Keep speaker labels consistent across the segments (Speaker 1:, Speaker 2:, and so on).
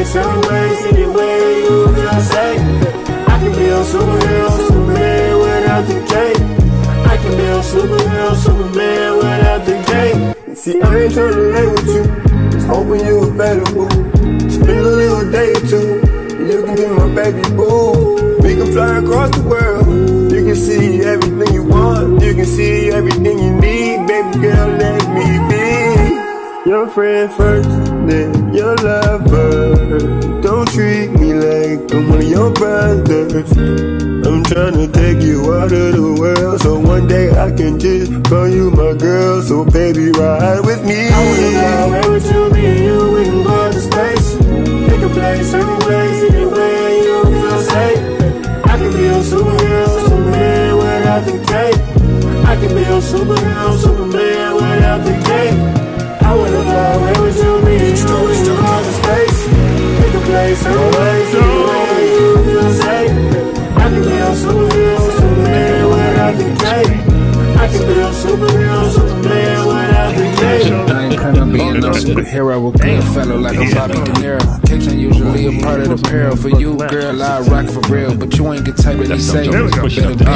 Speaker 1: It's always anywhere you feel safe. I can be a superhero, superman without the cape. I can be a superhero, superman without the cape. See, I ain't tryna lay with you. Just hoping you available. Spend a little day or two. and You can be my baby boo. We can fly across the world. You can see everything you want. You can see everything you need. Baby girl, let me be your friend first, then your lover. Don't treat me like I'm one of your brothers. I'm tryna take you out of the world so one day I can just call you my girl. So baby, ride with me. I wanna fly away with you, me and you, we can go to space. Pick a place, any place, anywhere you feel safe. I can be a superhero, superman without the cape. I can be a superhero, superman without the cape. I wanna fly away with you, me and you, we can go to space. Pick a place, any place, anywhere you feel safe. I can be a superhero, superman without the cape. I can be a superhero, superman without the cape.
Speaker 2: I ain't tryna be no superhero, a good fellow like I'm Bobby De Niro. Kitchen usually a part of the peril for you, girl. I rock for real, but you ain't the type that need saving. Better be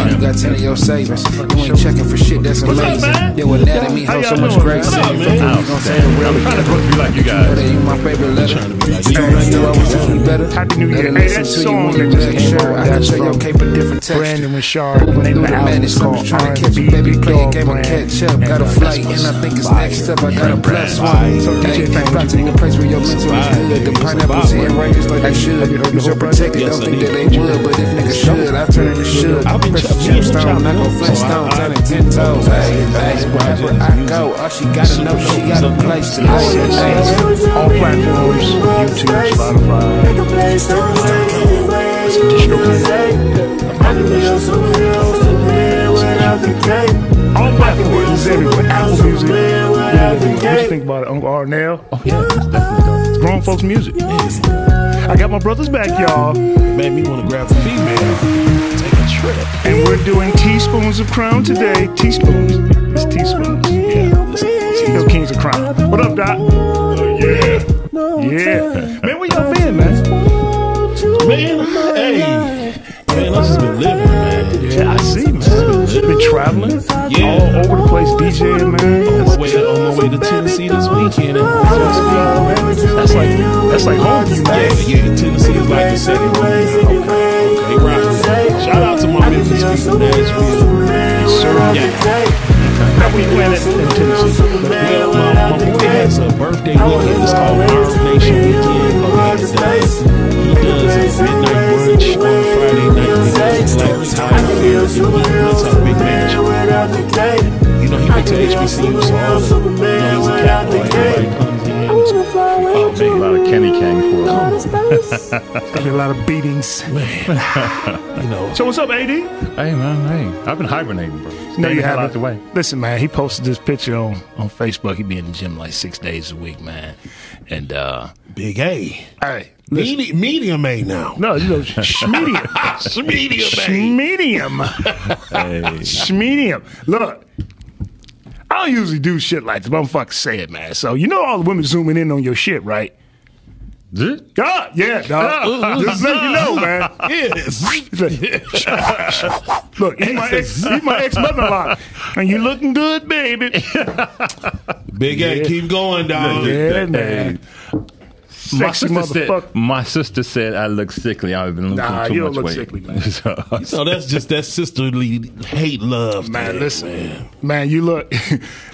Speaker 2: you got ten of your savings. You ain't checking for shit that's
Speaker 3: What's up,
Speaker 2: amazing.
Speaker 3: man?
Speaker 2: Your anatomy holds so much grace.
Speaker 3: What's up,
Speaker 2: Fucking
Speaker 3: man?
Speaker 2: you gon' say the real
Speaker 3: I'm trying to grow to be like you
Speaker 2: But
Speaker 3: guys.
Speaker 2: you my favorite letter. You know I knew I was doing better.
Speaker 4: Happy New
Speaker 2: Let
Speaker 4: Year.
Speaker 2: it
Speaker 4: Hey,
Speaker 2: listen
Speaker 4: that
Speaker 2: to you
Speaker 4: song
Speaker 2: when you
Speaker 4: that just
Speaker 2: let
Speaker 4: came
Speaker 2: sure.
Speaker 4: out,
Speaker 2: I can
Speaker 4: that's
Speaker 2: show your
Speaker 4: from
Speaker 2: cape a different texture.
Speaker 4: Brandon Richard when they
Speaker 2: Through
Speaker 4: the
Speaker 2: the
Speaker 4: album
Speaker 2: madness, I'm
Speaker 4: called
Speaker 2: just trying to catch a
Speaker 4: R&B
Speaker 2: baby,
Speaker 4: Big
Speaker 2: play a
Speaker 4: Dog
Speaker 2: game, I
Speaker 4: Brand.
Speaker 2: catch up. Got a flight, and I think it's next up. I got a plus one.
Speaker 4: So
Speaker 2: Hey,
Speaker 4: DJ
Speaker 2: keep
Speaker 4: Fat
Speaker 2: out to the place where your mental is good. The pineapple's here right just like they should. Cause you're protected, don't think that they would. But if niggas should, I turn into should. I press the gemstone, I go flintstone, turn it ten toes. Hey, hey, wherever I go, all she gotta know, she got a place to live. Hey,
Speaker 1: All platforms, YouTube, Spotify.
Speaker 4: All platforms is everywhere. Apple Music. Yeah, what you think about it, Uncle Arnell?
Speaker 3: Oh, yeah, that's definitely
Speaker 4: Grown folks music. I got my brothers back, y'all, and
Speaker 3: dope. Made me want to grab a female, take a trip.
Speaker 4: we're doing teaspoons of crown today. Teaspoons. It's teaspoons.
Speaker 3: Yeah, this is
Speaker 4: No kings of crown. What up, Doc?
Speaker 3: oh, yeah.
Speaker 4: Yeah. Man, where y'all been, man?
Speaker 3: Man, hey, man, I've just been living, man.
Speaker 4: Yeah, I see, man. Been traveling all over the place, DJing, man.
Speaker 3: On my way, on my way to Tennessee this weekend. And that's like, that's like home. to you, man. Yeah, yeah, Tennessee is like the second home. Okay, okay, rock. Shout out to my Memphis people, Nashville. Yeah,
Speaker 4: How we playing it in Tennessee?
Speaker 3: well, my, my boy has a birthday weekend. It's called Iron Nation Weekend. Oh, he does, he does a midnight brunch on Friday night. He does a Black Tie Affair, and he runs out a big mansion. You know, he went to HBCU, so all the, you know, he's a capital. Everybody comes in. Oh, man.
Speaker 5: A lot of Kenny Kang for us.
Speaker 4: Got a lot of beatings.
Speaker 3: You know,
Speaker 4: So what's up, AD?
Speaker 5: Hey man, hey, I've been hibernating, bro. Stay
Speaker 4: No, you
Speaker 5: the hell
Speaker 4: haven't.
Speaker 5: out the way.
Speaker 4: Listen, man, he posted this picture on
Speaker 6: on Facebook. He be in the gym like six days a week, man. And uh
Speaker 3: Big A.
Speaker 4: Hey,
Speaker 3: Medi- medium A now.
Speaker 4: no, you know, medium,
Speaker 3: Medium
Speaker 4: medium, medium. Look, I don't usually do shit like this, but I'm fucking say it, man. So you know all the women zooming in on your shit, right?
Speaker 5: Zit.
Speaker 4: God, yeah, dog. Just let you know, man.
Speaker 3: Yes.
Speaker 4: Look, you my ex, you my ex mother-in-law, and you looking good, baby. Oh,
Speaker 3: Big A, keep going, dog.
Speaker 4: Yeah, man.
Speaker 5: My
Speaker 4: Sexy
Speaker 5: sister, said,
Speaker 4: motherfucker.
Speaker 5: my sister said I look sickly. I've been losing
Speaker 4: Nah,
Speaker 5: too
Speaker 4: you
Speaker 5: much
Speaker 4: don't look
Speaker 5: weight.
Speaker 4: sickly, man.
Speaker 5: So-
Speaker 3: So that's just that sisterly hate love.
Speaker 4: Man,
Speaker 3: thing,
Speaker 4: listen,
Speaker 3: man.
Speaker 4: man. you look,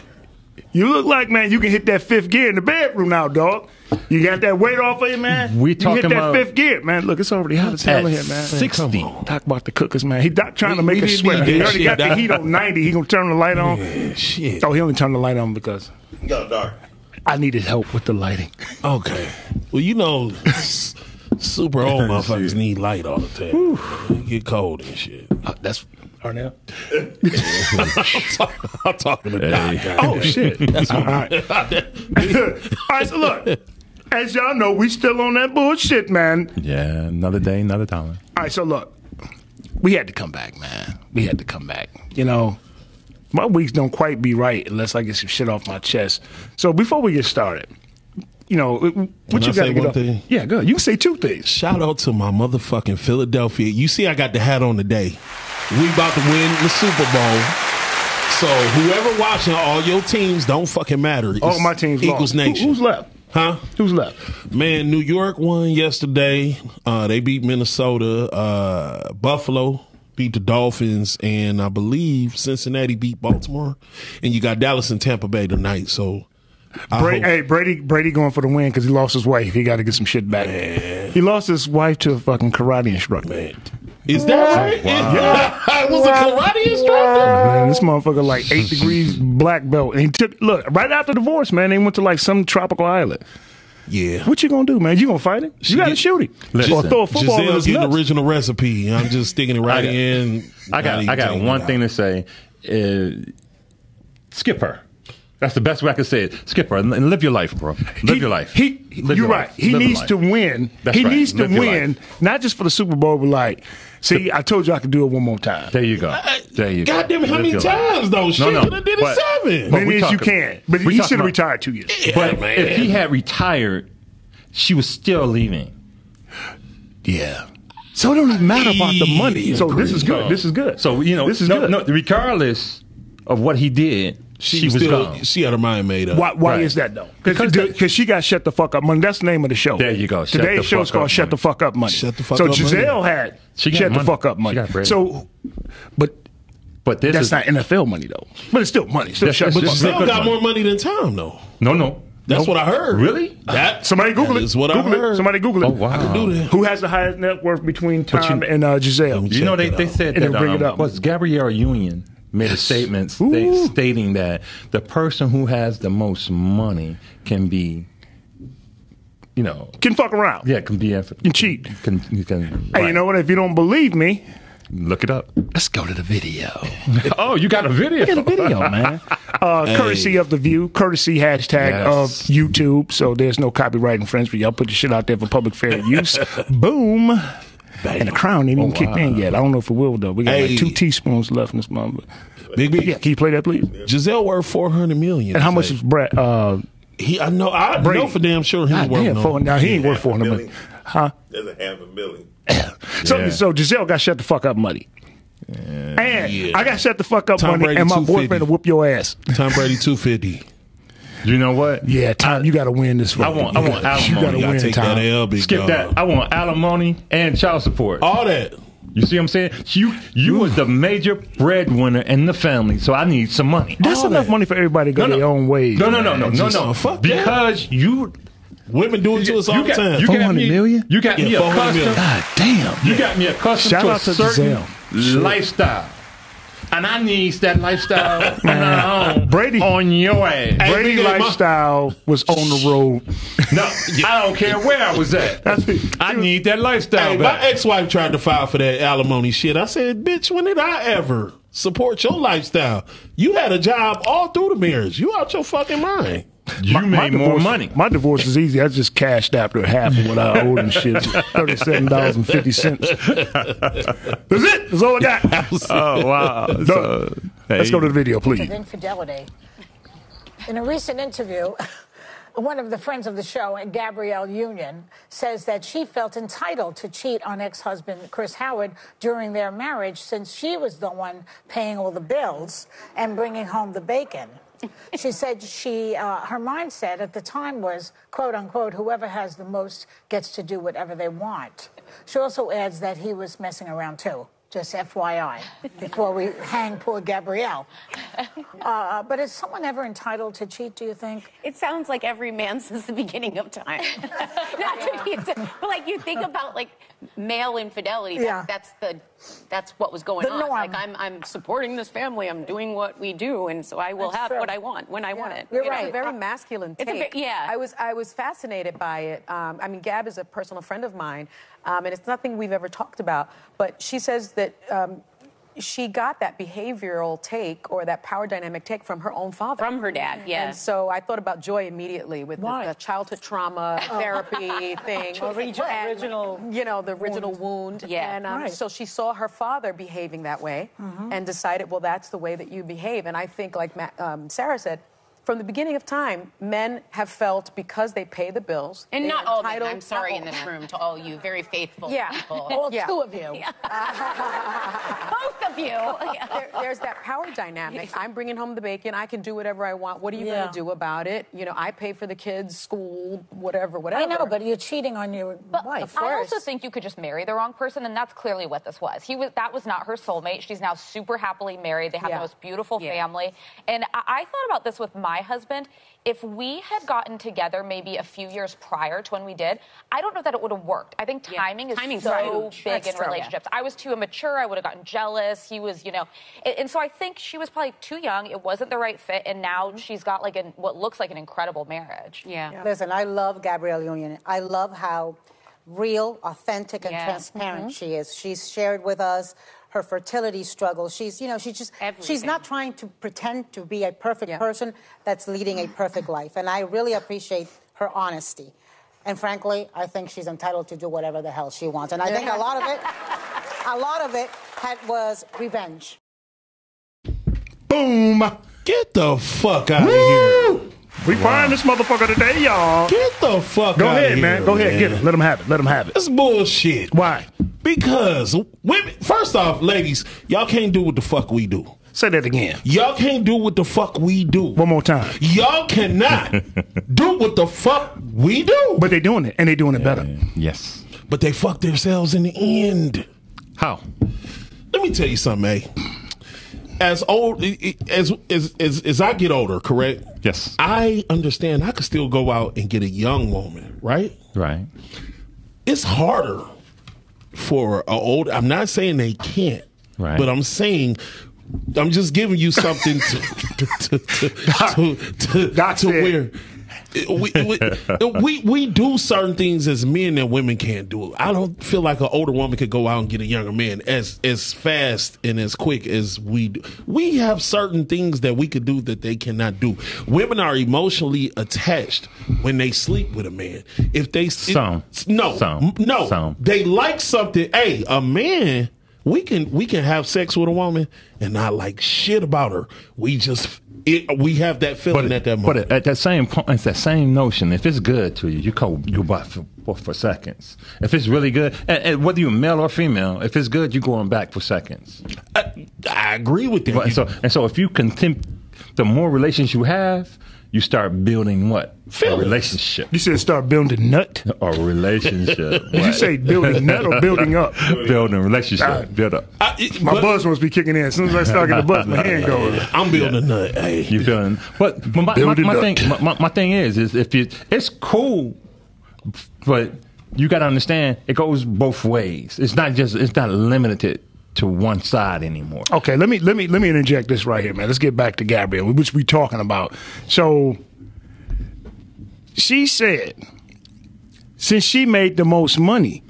Speaker 4: you look like man. You can hit that fifth gear in the bedroom now, dog. You got that weight off of you, man.
Speaker 5: We
Speaker 4: You
Speaker 5: talking
Speaker 4: hit that
Speaker 5: about-
Speaker 4: fifth gear, man. Look, it's already hot as hell in
Speaker 5: At
Speaker 4: here, man.
Speaker 5: 60.
Speaker 4: Talk about the cookers, man. He doc trying to
Speaker 3: We-
Speaker 4: make
Speaker 3: we
Speaker 4: us
Speaker 3: didn't
Speaker 4: sweat.
Speaker 3: need
Speaker 4: He
Speaker 3: that
Speaker 4: already
Speaker 3: shit,
Speaker 4: got the
Speaker 3: doc.
Speaker 4: heat on ninety. He gonna turn the light on.
Speaker 3: Shit.
Speaker 4: Oh, he only turned the light on because
Speaker 3: Go dark.
Speaker 4: I needed help with the lighting.
Speaker 3: Okay. Well, you know, s- super old motherfuckers need light all the time. Get cold and shit.
Speaker 6: uh, that's Arnell.
Speaker 3: I'm, talking, I'm talking to Doc.
Speaker 5: Hey.
Speaker 3: Oh,
Speaker 4: shit. all right. all right. So look, as y'all know, we still on that bullshit, man.
Speaker 5: yeah, another day, another time.
Speaker 4: All right, so look,
Speaker 6: We had to come back, man. We had to come back.
Speaker 4: you know, my weeks don't quite be right unless I get some shit off my chest. So before we get started, you know, it- what
Speaker 3: I
Speaker 4: you got
Speaker 3: say
Speaker 4: to get
Speaker 3: one
Speaker 4: off.
Speaker 3: thing?
Speaker 4: Yeah, good. You can say two things.
Speaker 3: Shout out to my motherfucking Philadelphia. You see, I got the hat on today. We about to win the Super Bowl. So whoever watching, all your teams don't fucking matter. It's
Speaker 4: All my teams
Speaker 3: Eagles
Speaker 4: lost. Who-
Speaker 3: Nation.
Speaker 4: who's left?
Speaker 3: Huh?
Speaker 4: Who's left?
Speaker 3: Man, New York won yesterday. Uh, they beat Minnesota. Uh, Buffalo beat the Dolphins, and I believe Cincinnati beat Baltimore. And you got Dallas and Tampa Bay tonight. So,
Speaker 4: Bra-
Speaker 3: I
Speaker 5: Oh.
Speaker 3: hope-
Speaker 4: hey, Brady Brady going for the win because he lost his wife. He got to get some shit back. He lost his wife to a fucking karate instructor. Man,
Speaker 3: is that right? Yeah, it was a karate instructor.
Speaker 4: this motherfucker like eight degrees black belt. And he took look right after divorce, man. They went to like some tropical island.
Speaker 3: Yeah.
Speaker 4: What you gonna do, man? You gonna fight it? You gotta
Speaker 3: get-
Speaker 4: shoot it or
Speaker 5: Listen,
Speaker 4: throw a football in
Speaker 3: Giselle's
Speaker 4: his
Speaker 3: getting
Speaker 4: nuts.
Speaker 3: original recipe. I'm just sticking it right
Speaker 5: I got-
Speaker 3: in.
Speaker 5: I
Speaker 3: Not
Speaker 5: got
Speaker 3: even
Speaker 5: I got
Speaker 3: taking
Speaker 5: one
Speaker 3: it
Speaker 5: thing
Speaker 3: out.
Speaker 5: to say. Uh, skip her. That's the best way I can say it. Skip her and- and live your life, bro. Live
Speaker 4: He-
Speaker 5: your life.
Speaker 4: He,
Speaker 5: Live
Speaker 4: you're
Speaker 5: your
Speaker 4: right.
Speaker 5: life.
Speaker 4: He
Speaker 5: Live your
Speaker 4: needs
Speaker 5: life.
Speaker 4: to win.
Speaker 5: That's
Speaker 4: he
Speaker 5: right.
Speaker 4: needs to
Speaker 5: Live your
Speaker 4: win, not just for the Super Bowl, but like, see, I told you I could do it one more time.
Speaker 5: There you go. There you
Speaker 3: God
Speaker 5: go.
Speaker 3: damn Uh, it, how
Speaker 5: Live
Speaker 3: many
Speaker 5: your life.
Speaker 3: times though? Shit, coulda did it seven.
Speaker 5: but
Speaker 4: Many
Speaker 5: we
Speaker 4: as you
Speaker 5: talking-
Speaker 4: can, but
Speaker 5: we
Speaker 4: he
Speaker 5: talking
Speaker 4: should have
Speaker 5: about-
Speaker 4: retired two years.
Speaker 5: But
Speaker 3: man.
Speaker 5: if he had retired, she was still leaving.
Speaker 7: Yeah.
Speaker 4: So it don't even matter about the money.
Speaker 3: Yeah,
Speaker 4: So this is good. This is good.
Speaker 5: So you know,
Speaker 4: this is
Speaker 5: no,
Speaker 4: good.
Speaker 5: no, regardless of what he did, she, was
Speaker 3: still,
Speaker 5: gone.
Speaker 3: She had her mind made up.
Speaker 4: Why, why
Speaker 5: Right.
Speaker 4: is that though?
Speaker 5: Because
Speaker 4: Because
Speaker 5: they-
Speaker 4: she, got shut the fuck up money. That's the name of the show.
Speaker 5: There you go. Shut
Speaker 4: Today's
Speaker 5: the
Speaker 4: show's
Speaker 5: fuck
Speaker 4: called
Speaker 5: up
Speaker 4: Shut
Speaker 5: money.
Speaker 4: the Fuck Up Money.
Speaker 3: Shut the fuck
Speaker 4: so
Speaker 3: up money.
Speaker 4: Giselle had
Speaker 5: She got
Speaker 4: shut the
Speaker 5: money.
Speaker 4: fuck up
Speaker 5: She
Speaker 4: money.
Speaker 5: got bread.
Speaker 4: So, but
Speaker 5: But this
Speaker 4: that's
Speaker 5: is
Speaker 4: not NFL money though. But it's still money. Still
Speaker 5: That's-
Speaker 4: shut
Speaker 5: that's
Speaker 4: the
Speaker 5: just-
Speaker 4: fuck up.
Speaker 3: Giselle
Speaker 5: Good
Speaker 3: got
Speaker 5: one.
Speaker 3: more money than Tom though.
Speaker 5: no, no.
Speaker 3: That's what I heard.
Speaker 5: Really?
Speaker 3: That
Speaker 4: Somebody Google
Speaker 3: that
Speaker 4: it.
Speaker 3: is what
Speaker 4: Google
Speaker 3: I heard.
Speaker 4: It. Somebody Google it.
Speaker 5: Oh wow.
Speaker 3: do that.
Speaker 4: Who has the highest net worth between Tom and uh, Giselle?
Speaker 5: You know, they,
Speaker 3: Check
Speaker 5: they
Speaker 3: it out.
Speaker 5: said
Speaker 4: And
Speaker 5: that
Speaker 4: then bring it
Speaker 5: um,
Speaker 4: up.
Speaker 5: was Gabrielle Union made a statement
Speaker 4: Ooh.
Speaker 5: sta- stating that the person who has the most money can be, you know,
Speaker 4: Can fuck around.
Speaker 5: yeah, can be
Speaker 4: Can cheat.
Speaker 5: Can, you can
Speaker 4: Hey, you know what? If you don't believe me,
Speaker 5: look it up.
Speaker 7: Let's go to the video.
Speaker 5: oh, you got a
Speaker 7: Get a
Speaker 5: video.
Speaker 7: video, man.
Speaker 4: uh, courtesy of the view, courtesy hashtag
Speaker 5: Yes.
Speaker 4: of YouTube. So there's no copyright infringement. Y'all put the shit out there for public fair use. Boom. And the crown ain't even kicked in yet. I don't know if it will though. We got
Speaker 3: Hey.
Speaker 4: like two teaspoons left in this mother.
Speaker 3: Big B.
Speaker 4: Yeah, can you play that please?
Speaker 3: Giselle worth four hundred million.
Speaker 4: And how much is Brett? Uh,
Speaker 3: he? I know. I
Speaker 4: Brady.
Speaker 3: know for damn sure he
Speaker 4: God
Speaker 3: worth.
Speaker 4: damn,
Speaker 3: no-
Speaker 4: four, now he ain't worth four hundred
Speaker 8: Billy.
Speaker 4: million. Huh?
Speaker 8: There's a half a million.
Speaker 4: So,
Speaker 5: Yeah.
Speaker 4: so Giselle got shut the fuck up money. And I got shut the fuck up
Speaker 3: Tom
Speaker 4: money,
Speaker 3: Brady
Speaker 4: and my
Speaker 3: 250.
Speaker 4: boyfriend will whoop your ass.
Speaker 3: Tom Brady two fifty.
Speaker 5: You know what?
Speaker 4: Yeah, Tom, you got to win this.
Speaker 5: I
Speaker 4: fucking-
Speaker 5: want I
Speaker 4: you
Speaker 5: want
Speaker 4: gotta- you gotta
Speaker 5: alimony.
Speaker 3: Gotta
Speaker 4: win,
Speaker 3: take
Speaker 4: Tom.
Speaker 3: that L, big
Speaker 5: Skip
Speaker 3: dog. Oh.
Speaker 5: that. I want alimony and child support.
Speaker 3: All that.
Speaker 5: You see what I'm saying? You you was the major breadwinner in the family, so I need some money.
Speaker 4: That's
Speaker 3: All
Speaker 4: enough
Speaker 3: that.
Speaker 4: money for everybody to go
Speaker 5: no.
Speaker 4: their own ways.
Speaker 5: No, no, no, no, no,
Speaker 3: just-
Speaker 5: no.
Speaker 3: fuck that.
Speaker 5: because you
Speaker 3: Women do it to us all the time.
Speaker 5: got
Speaker 7: 400
Speaker 5: me-
Speaker 7: million?
Speaker 5: You got
Speaker 3: Yeah,
Speaker 5: me
Speaker 3: 400 million.
Speaker 5: accustomed.
Speaker 7: God damn.
Speaker 5: You got me accustomed
Speaker 4: Shout
Speaker 5: to a
Speaker 4: out to
Speaker 5: certain
Speaker 4: Giselle.
Speaker 5: lifestyle, and I needs that lifestyle on our own.
Speaker 4: Brady-
Speaker 5: on your ass.
Speaker 4: Brady
Speaker 3: Hey, nigga, my-
Speaker 4: lifestyle was on the road.
Speaker 5: No, I don't care where I was at. I need that lifestyle
Speaker 3: Hey, my
Speaker 5: back.
Speaker 3: ex-wife tried to file for that alimony shit. I said, "Bitch, when did I ever support your lifestyle? You had a job all through the marriage. You out your fucking mind."
Speaker 5: You made more
Speaker 4: divorce-
Speaker 5: money.
Speaker 4: My divorce is easy. I just cashed after half of what I owed and shit. Thirty-seven dollars and fifty cents. That's it. That's all I got.
Speaker 5: oh wow!
Speaker 4: So, Let's go to the video, please.
Speaker 9: of infidelity. In a recent interview, one of the friends of the show, Gabrielle Union, says that she felt entitled to cheat on ex husband Chris Howard during their marriage since she was the one paying all the bills and bringing home the bacon. She said she, uh, her mindset at the time was, quote unquote, whoever has the most gets to do whatever they want. She also adds that he was messing around too. Just FYI, before we hang poor Gabrielle. Uh, but is someone ever entitled to cheat, do you think?
Speaker 1: It sounds like every man since the beginning of time. Not to be, but like you think about like male infidelity. that-
Speaker 9: Yeah.
Speaker 1: that's the, that's what was going
Speaker 9: The
Speaker 1: on.
Speaker 9: norm.
Speaker 1: Like I'm, I'm supporting this family. I'm doing what we do, and so I will
Speaker 9: That's
Speaker 1: have
Speaker 9: true.
Speaker 1: what I want when I want it.
Speaker 9: You're
Speaker 1: you know?
Speaker 9: right.
Speaker 10: It's a very
Speaker 9: I-
Speaker 10: masculine
Speaker 1: It's a
Speaker 10: take.
Speaker 1: bit- yeah.
Speaker 10: I was I was fascinated by it. Um, I mean, Gab is a personal friend of mine, um, and it's nothing we've ever talked about. But she says that um, she got that behavioral take or that power dynamic take from her own father,
Speaker 1: From her dad, yeah.
Speaker 10: And so I thought about joy immediately with the,
Speaker 9: Why?
Speaker 10: the childhood trauma therapy thing,
Speaker 9: Well, the
Speaker 10: And,
Speaker 9: original
Speaker 10: you know, the original wound.
Speaker 1: Yeah.
Speaker 10: And um,
Speaker 9: Right.
Speaker 10: so she saw her father behaving that way and decided, well, that's the way that you behave. And I think, like Ma um, Sarah said, from the beginning of time, men have felt because they pay the bills.
Speaker 11: And
Speaker 10: they
Speaker 11: not
Speaker 10: are
Speaker 11: all men.
Speaker 10: entitled-
Speaker 11: I'm sorry
Speaker 10: not
Speaker 11: in
Speaker 10: all-
Speaker 11: this room to all you very faithful
Speaker 10: Yeah.
Speaker 11: people.
Speaker 12: All
Speaker 10: Yeah.
Speaker 12: two of you.
Speaker 11: Both of you.
Speaker 10: there, there's that power dynamic. I'm bringing home the bacon. I can do whatever I want. What are you
Speaker 12: Yeah.
Speaker 10: going to do about it? You know, I pay for the kids' school, whatever, whatever.
Speaker 12: I know, but you're cheating on your
Speaker 13: But
Speaker 12: wife.
Speaker 13: I also think you could just marry the wrong person, and that's clearly what this was. He was that was not her soulmate. She's now super happily married. They have
Speaker 10: Yeah.
Speaker 13: the most beautiful
Speaker 10: Yeah.
Speaker 13: family. And I, I thought about this with my husband. If we had gotten together maybe a few years prior to when we did, I don't know that it would have worked. I think
Speaker 11: Yeah.
Speaker 13: timing is
Speaker 11: Timing's
Speaker 13: so
Speaker 11: huge.
Speaker 13: big
Speaker 11: That's
Speaker 13: in
Speaker 11: true.
Speaker 13: relationships. I was too immature. I would have gotten jealous. He was, you know, and, and so I think she was probably too young. It wasn't the right fit, and now
Speaker 10: Mm-hmm.
Speaker 13: she's got like an, what looks like an incredible marriage.
Speaker 11: Yeah.
Speaker 9: Listen, I love Gabrielle Union. I love how real, authentic, and
Speaker 11: Yeah. Mm-hmm.
Speaker 9: transparent she is. She's shared with us her fertility struggles. She's, you know, she's just, she's
Speaker 11: Everything.
Speaker 9: not trying to pretend to be a perfect person that's leading a perfect life. And I really appreciate her honesty. And frankly, I think she's entitled to do whatever the hell she wants. And I think a lot of it, a lot of it had, was revenge.
Speaker 4: Boom.
Speaker 3: Get the fuck out of here.
Speaker 4: We find this motherfucker today, y'all.
Speaker 3: Get the fuck
Speaker 4: Go
Speaker 3: out of
Speaker 4: ahead,
Speaker 3: here.
Speaker 4: man. Go ahead. Get him. Let him have it. Let him have it.
Speaker 3: That's bullshit.
Speaker 4: Why?
Speaker 3: Because women, first off, ladies, y'all can't do what the fuck we do.
Speaker 4: Say that again.
Speaker 3: Y'all can't do what the fuck we do.
Speaker 4: One more time.
Speaker 3: Y'all cannot do what the fuck we do.
Speaker 4: But they doing it, and they doing it better.
Speaker 5: Yes.
Speaker 3: but they fuck themselves in the end.
Speaker 5: How?
Speaker 3: Let me tell you something, A. As old as as as, as I get older, correct?
Speaker 5: Yes.
Speaker 3: I understand I could still go out and get a young woman, right?
Speaker 5: Right.
Speaker 3: It's harder for a old I'm not saying they can't,
Speaker 5: Right.
Speaker 3: but I'm saying I'm just giving you something to to to, to, to,
Speaker 4: Doc
Speaker 3: to
Speaker 4: said-
Speaker 3: where we, we, we we do certain things as men that women can't do. I don't feel like an older woman could go out and get a younger man as as fast and as quick as we do. We have certain things that we could do that they cannot do. Women are emotionally attached when they sleep with a man. If they
Speaker 5: Some.
Speaker 3: no
Speaker 5: Some.
Speaker 3: no
Speaker 5: Some.
Speaker 3: they like something. Hey, a man. We can we can have sex with a woman and not like shit about her. We just it, we have that feeling at that moment.
Speaker 5: But at that same point, it's that same notion. If it's good to you, you go you buy for, for, for seconds. If it's really good, and, and whether you're male or female, if it's good, you're going back for seconds.
Speaker 3: I, I agree with that.
Speaker 5: But, so and so, if you contempt, the more relations you have, you start building what a
Speaker 3: Feelings.
Speaker 5: relationship
Speaker 4: You said start building nut.
Speaker 5: or relationship.
Speaker 4: Did you say building nut or building up?
Speaker 5: building relationship, build up.
Speaker 3: I, it-
Speaker 4: My
Speaker 3: but
Speaker 4: buzz must be kicking in. As soon as I start getting the buzz, my hand goes.
Speaker 3: I'm building a nut. Hey.
Speaker 5: You feeling? But my, my, my,
Speaker 4: Building
Speaker 5: my
Speaker 4: up.
Speaker 5: thing, my, my, my thing is, is if you, it's cool, but you got to understand it goes both ways. It's not just, it's not limited to one side anymore.
Speaker 4: Okay, let me let me let me interject this right here, man. Let's get back to Gabrielle, which we talking about. So she said, since she made the most money,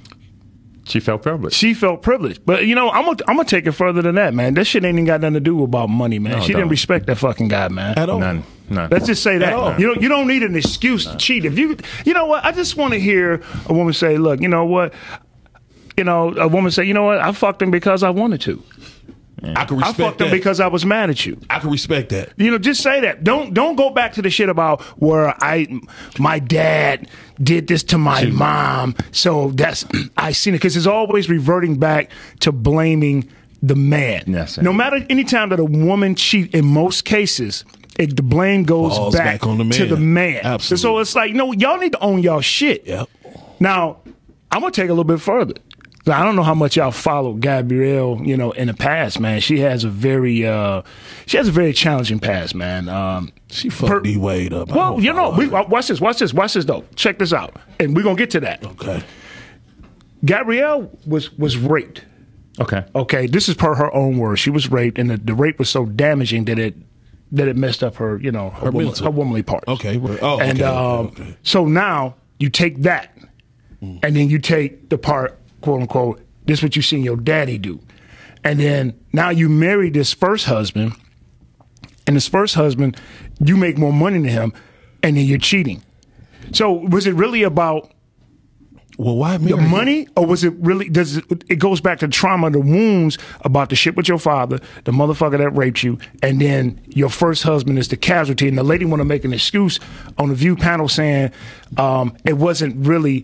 Speaker 5: She felt privileged.
Speaker 4: she felt privileged. But you know, I'm gonna I'm gonna take it further than that, man. That shit ain't even got nothing to do about money, man.
Speaker 5: No,
Speaker 4: she didn't
Speaker 5: don't.
Speaker 4: respect that fucking guy, man.
Speaker 3: At all.
Speaker 5: None, none.
Speaker 4: Let's just say
Speaker 3: all.
Speaker 4: that you don't you don't need an excuse to cheat. If you you know what, I just want to hear a woman say, "Look, you know what." You know, a woman say, "You know what? I fucked him because I wanted to.
Speaker 3: I can
Speaker 4: I
Speaker 3: respect
Speaker 4: fucked
Speaker 3: that.
Speaker 4: him because I was mad at you."
Speaker 3: I can respect that.
Speaker 4: You know, just say that. Don't don't go back to the shit about where I my dad did this to my mom. So that's I seen it because it's always reverting back to blaming the man.
Speaker 5: Yes, sir.
Speaker 4: no matter any time that a woman cheat, in most cases. It, the blame goes
Speaker 3: Falls
Speaker 4: back,
Speaker 3: back on the
Speaker 4: to
Speaker 3: man.
Speaker 4: the man.
Speaker 3: Absolutely.
Speaker 4: So it's like, no, y'all need to own y'all shit.
Speaker 3: Yep.
Speaker 4: Now, I'm gonna take it a little bit further. So I don't know how much y'all followed Gabrielle, you know, in the past, man. She has a very, uh, she has a very challenging past, man. Um,
Speaker 3: She fucked
Speaker 4: Per-
Speaker 3: D Wade up. I
Speaker 4: well,
Speaker 3: don't
Speaker 4: you know,
Speaker 3: follow
Speaker 4: we, uh,
Speaker 3: her.
Speaker 4: watch this, watch this, watch this though. Check this out, and we're gonna get to that.
Speaker 3: okay.
Speaker 4: Gabrielle was was raped.
Speaker 5: Okay.
Speaker 4: Okay, this is per her own words. She was raped, and the, the rape was so damaging that it that it messed up her, you know, her, woman-
Speaker 3: mental.
Speaker 4: her womanly parts.
Speaker 3: Okay, well, oh,
Speaker 4: and
Speaker 3: okay,
Speaker 4: um,
Speaker 3: okay, Mm. okay.
Speaker 4: so now you take that, and then you take the part, quote unquote, this what you seen your daddy do, and then now you marry this first husband, and this first husband, you make more money than him, and then you're cheating. So was it really about Well, why the money, or was it really? Does it, it goes back to trauma, the wounds about the shit with your father, the motherfucker that raped you, and then your first husband is the casualty. And the lady want to make an excuse on the View panel saying um, it wasn't really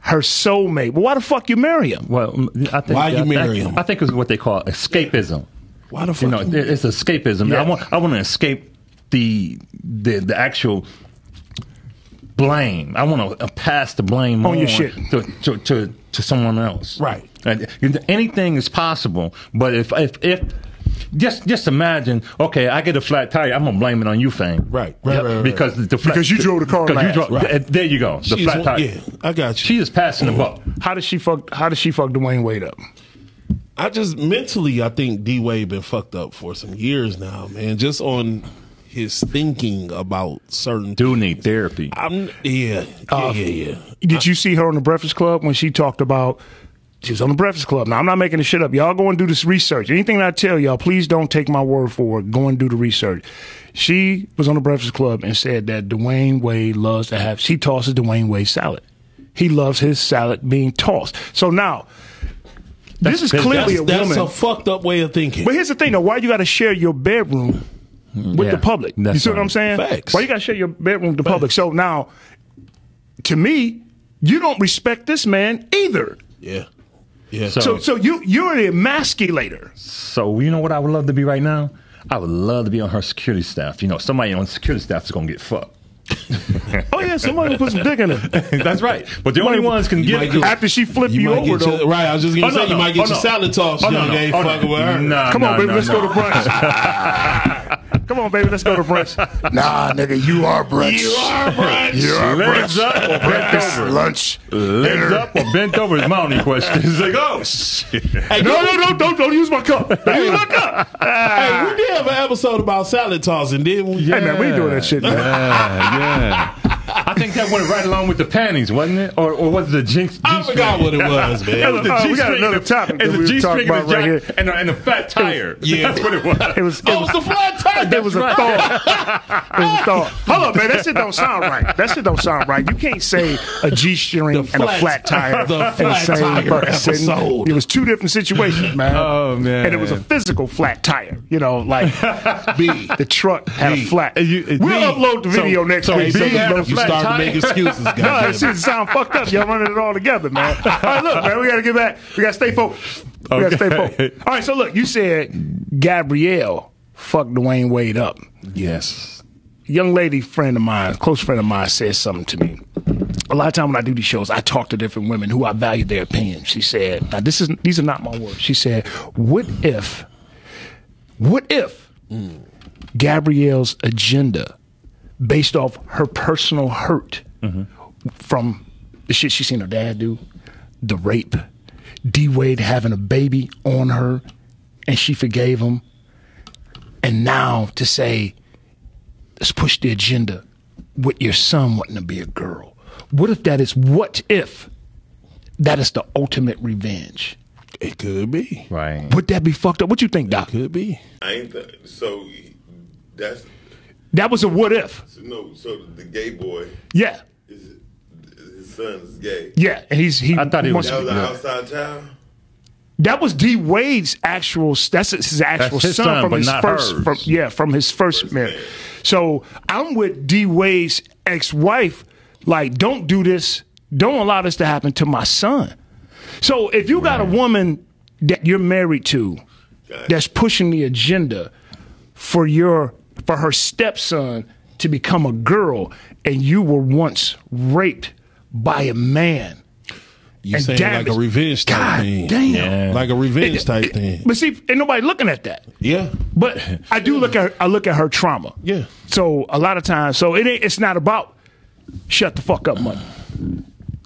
Speaker 4: her soulmate. Well, why the fuck you marry him?
Speaker 5: Well, I think
Speaker 4: Why you
Speaker 5: I think-
Speaker 4: marry him?
Speaker 5: I think it's what they call escapism.
Speaker 4: Why the
Speaker 5: You
Speaker 4: fuck
Speaker 5: know,
Speaker 4: you-
Speaker 5: it's escapism.
Speaker 4: Yeah.
Speaker 5: I want I want to escape the the the actual blame. I want to pass the blame
Speaker 4: On your shit.
Speaker 5: to, to to to someone else.
Speaker 4: Right.
Speaker 5: And anything is possible, but if if if just just imagine, okay, I get a flat tire, I'm gonna blame it on you, Fang. Right,
Speaker 14: right, right, right.
Speaker 5: Because the flat,
Speaker 14: Because you drove the car
Speaker 5: because you
Speaker 14: last.
Speaker 5: drove-
Speaker 14: Right.
Speaker 5: There you go. The
Speaker 14: She's
Speaker 5: flat
Speaker 14: one-
Speaker 5: tire.
Speaker 14: yeah, I got you.
Speaker 5: She is passing the buck.
Speaker 4: How does she fuck? How does she fuck Dwayne Wade up?
Speaker 14: I just mentally, I think D Wade been fucked up for some years now, man. Just on his thinking about certain.
Speaker 5: Do need therapy.
Speaker 14: I'm yeah, yeah, yeah, yeah.
Speaker 4: Did you see her on the Breakfast Club when she talked about? She was on the Breakfast Club. Now I'm not making this shit up. Y'all go and do this research. Anything that I tell y'all, please don't take my word for it. Go and do the research. She was on the Breakfast Club and said that Dwayne Wade loves to have. She tosses Dwayne Wade salad. He loves his salad being tossed. So now, this is clearly
Speaker 14: that's,
Speaker 4: a
Speaker 14: that's
Speaker 4: woman.
Speaker 14: a fucked up way of thinking.
Speaker 4: But here's the thing, though. Why you got to share your bedroom with
Speaker 14: Yeah,
Speaker 4: the public? You
Speaker 14: that's
Speaker 4: see what
Speaker 14: right.
Speaker 4: I'm saying?
Speaker 14: Facts.
Speaker 4: Why you got to share your bedroom with the public? So now, to me, you don't respect this man either.
Speaker 14: Yeah. Yeah.
Speaker 4: So, so, you you're an emasculator.
Speaker 5: So you know what I would love to be right now? I would love to be on her security staff. You know, somebody on security staff is gonna get fucked.
Speaker 4: oh yeah, somebody will put some dick in it.
Speaker 5: That's right. But the only ones can
Speaker 4: You
Speaker 5: get
Speaker 4: might get- After she flip you
Speaker 14: might
Speaker 4: over,
Speaker 14: get
Speaker 4: though-
Speaker 14: your, right. I was just gonna say you might get your salad tossed.
Speaker 5: Oh,
Speaker 14: young
Speaker 5: no, no.
Speaker 14: ain't
Speaker 5: Oh, no.
Speaker 14: fucking with her.
Speaker 5: Nah,
Speaker 4: Come on,
Speaker 5: nah,
Speaker 4: baby,
Speaker 5: nah,
Speaker 4: let's
Speaker 5: nah.
Speaker 4: go to brunch. Come on, baby, let's go to brunch.
Speaker 2: Nah, nigga, you are brunch.
Speaker 4: You are brunch.
Speaker 2: you are
Speaker 5: Legs
Speaker 2: brunch.
Speaker 5: up or bent
Speaker 2: Breakfast,
Speaker 5: over.
Speaker 2: lunch,
Speaker 5: Legs
Speaker 2: dinner.
Speaker 5: up or bent over is my only question. It's like, oh shit.
Speaker 4: no, no, no, don't don't use my cup. Don't use my cup.
Speaker 14: Hey, we did have an episode about salad tossing, didn't we?
Speaker 4: Hey man, we ain't doing that shit, man.
Speaker 5: Yeah, yeah. I think that went right along with the panties, wasn't it? Or, or was it the jinx?
Speaker 14: I forgot what it was, man.
Speaker 5: It was the
Speaker 4: Oh, we
Speaker 5: G
Speaker 4: got
Speaker 5: string.
Speaker 4: another topic that
Speaker 5: It's
Speaker 4: we
Speaker 5: the
Speaker 4: were
Speaker 5: G
Speaker 4: talking
Speaker 5: string
Speaker 4: about
Speaker 5: and the
Speaker 4: right
Speaker 5: right
Speaker 4: here.
Speaker 5: and, a- and a fat tire.
Speaker 14: Yeah.
Speaker 5: That's what it was.
Speaker 4: It was it
Speaker 14: Oh,
Speaker 4: was,
Speaker 14: it was the flat tire.
Speaker 4: it was a
Speaker 5: right.
Speaker 4: thought. It was a thought. Hold up, man. That shit don't sound right. That shit don't sound right. You can't say a G string and a
Speaker 14: flat-
Speaker 4: flat tire
Speaker 14: the
Speaker 4: in the
Speaker 14: flat
Speaker 4: same
Speaker 14: tire
Speaker 4: fucking sentence.
Speaker 14: episode.
Speaker 4: It was two different situations, man.
Speaker 5: Oh, man.
Speaker 4: And it was a physical flat tire. You know, like
Speaker 14: B.
Speaker 4: the truck had a
Speaker 14: B.
Speaker 4: flat.
Speaker 5: And you-
Speaker 4: we'll
Speaker 5: B.
Speaker 4: upload the
Speaker 5: So-
Speaker 4: video next
Speaker 5: so
Speaker 4: week.
Speaker 5: B
Speaker 4: we
Speaker 5: had
Speaker 4: can
Speaker 5: a
Speaker 4: load-
Speaker 14: You
Speaker 5: Flat
Speaker 14: started
Speaker 5: tire.
Speaker 14: to make excuses,
Speaker 4: No,
Speaker 14: goddamn.
Speaker 4: that shit sound fucked up. Y'all running it all together, man. All right, look, man, we gotta get back. We gotta stay focused. We gotta stay
Speaker 5: Okay.
Speaker 4: focused. All right, so look, you said Gabrielle fucked Dwayne Wade up.
Speaker 5: Yes.
Speaker 4: Young lady friend of mine, close friend of mine, said something to me. A lot of time when I do these shows, I talk to different women who I value their opinion. She said, "Now this is these are not my words." She said, "What if? What if
Speaker 5: Hmm.
Speaker 4: Gabrielle's agenda, based off her personal hurt, from the shit she seen her dad do, the rape, D Wade having a baby on her, and she forgave him. And now to say, let's push the agenda with your son wanting to be a girl. What if that is what if that is the ultimate revenge?
Speaker 14: It could be.
Speaker 5: Right.
Speaker 4: Would that be fucked up? What you think, Doc?
Speaker 14: Could be.
Speaker 15: I ain't th- so that's
Speaker 4: That was a what if.
Speaker 15: no. So the gay boy,
Speaker 4: Yeah.
Speaker 15: his son is gay.
Speaker 4: Yeah. And he's he
Speaker 5: I thought he was-
Speaker 15: That was an
Speaker 5: Yeah.
Speaker 15: outside child.
Speaker 4: That was D Wade's actual. That's his actual
Speaker 5: his
Speaker 4: son,
Speaker 5: son,
Speaker 4: from
Speaker 5: but
Speaker 4: his
Speaker 5: not
Speaker 4: first.
Speaker 5: hers.
Speaker 4: From, yeah, from his first, marriage. So I'm with D Wade's ex-wife. Like, don't do this. Don't allow this to happen to my son. So if you got a woman that you're married to, that's pushing the agenda for your for her stepson to become a girl, and you were once raped by a man.
Speaker 14: You
Speaker 4: And
Speaker 14: saying like
Speaker 4: damage.
Speaker 14: a revenge type
Speaker 4: God
Speaker 14: thing?
Speaker 4: damn.
Speaker 14: Like a revenge type thing.
Speaker 4: But see, ain't nobody looking at that.
Speaker 14: Yeah.
Speaker 4: But I do look at I look at her trauma.
Speaker 14: Yeah.
Speaker 4: So a lot of times, so it ain't, it's not about shut the fuck up money.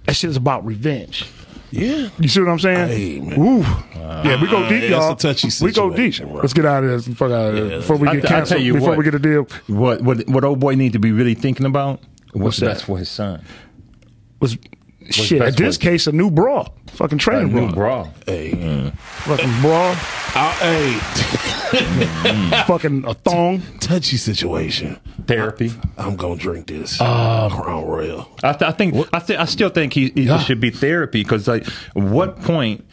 Speaker 4: That shit is about revenge.
Speaker 14: Yeah.
Speaker 4: You see what I'm saying? Ooh. Yeah, we go
Speaker 14: Uh,
Speaker 4: deep,
Speaker 14: it's
Speaker 4: y'all.
Speaker 14: a touchy
Speaker 4: we go deep.
Speaker 14: situation, bro.
Speaker 4: Let's get out of this. Fuck out of this before we
Speaker 5: I-
Speaker 4: get
Speaker 5: I
Speaker 4: canceled.
Speaker 5: tell you
Speaker 4: before
Speaker 5: what.
Speaker 4: we get a deal.
Speaker 5: What what what old boy need to be really thinking about? What's, best for his son?
Speaker 4: Was Shit, at this case, a new bra, fucking training bra,
Speaker 5: new bra.
Speaker 4: hey, fucking bra,
Speaker 3: Uh,
Speaker 4: hey, fucking a thong,
Speaker 3: touchy situation,
Speaker 5: therapy.
Speaker 3: I'm gonna drink this.
Speaker 4: Uh,
Speaker 5: Um,
Speaker 3: Crown Royal.
Speaker 5: I, th- I think I, th- I still think he, he should be therapy because like what point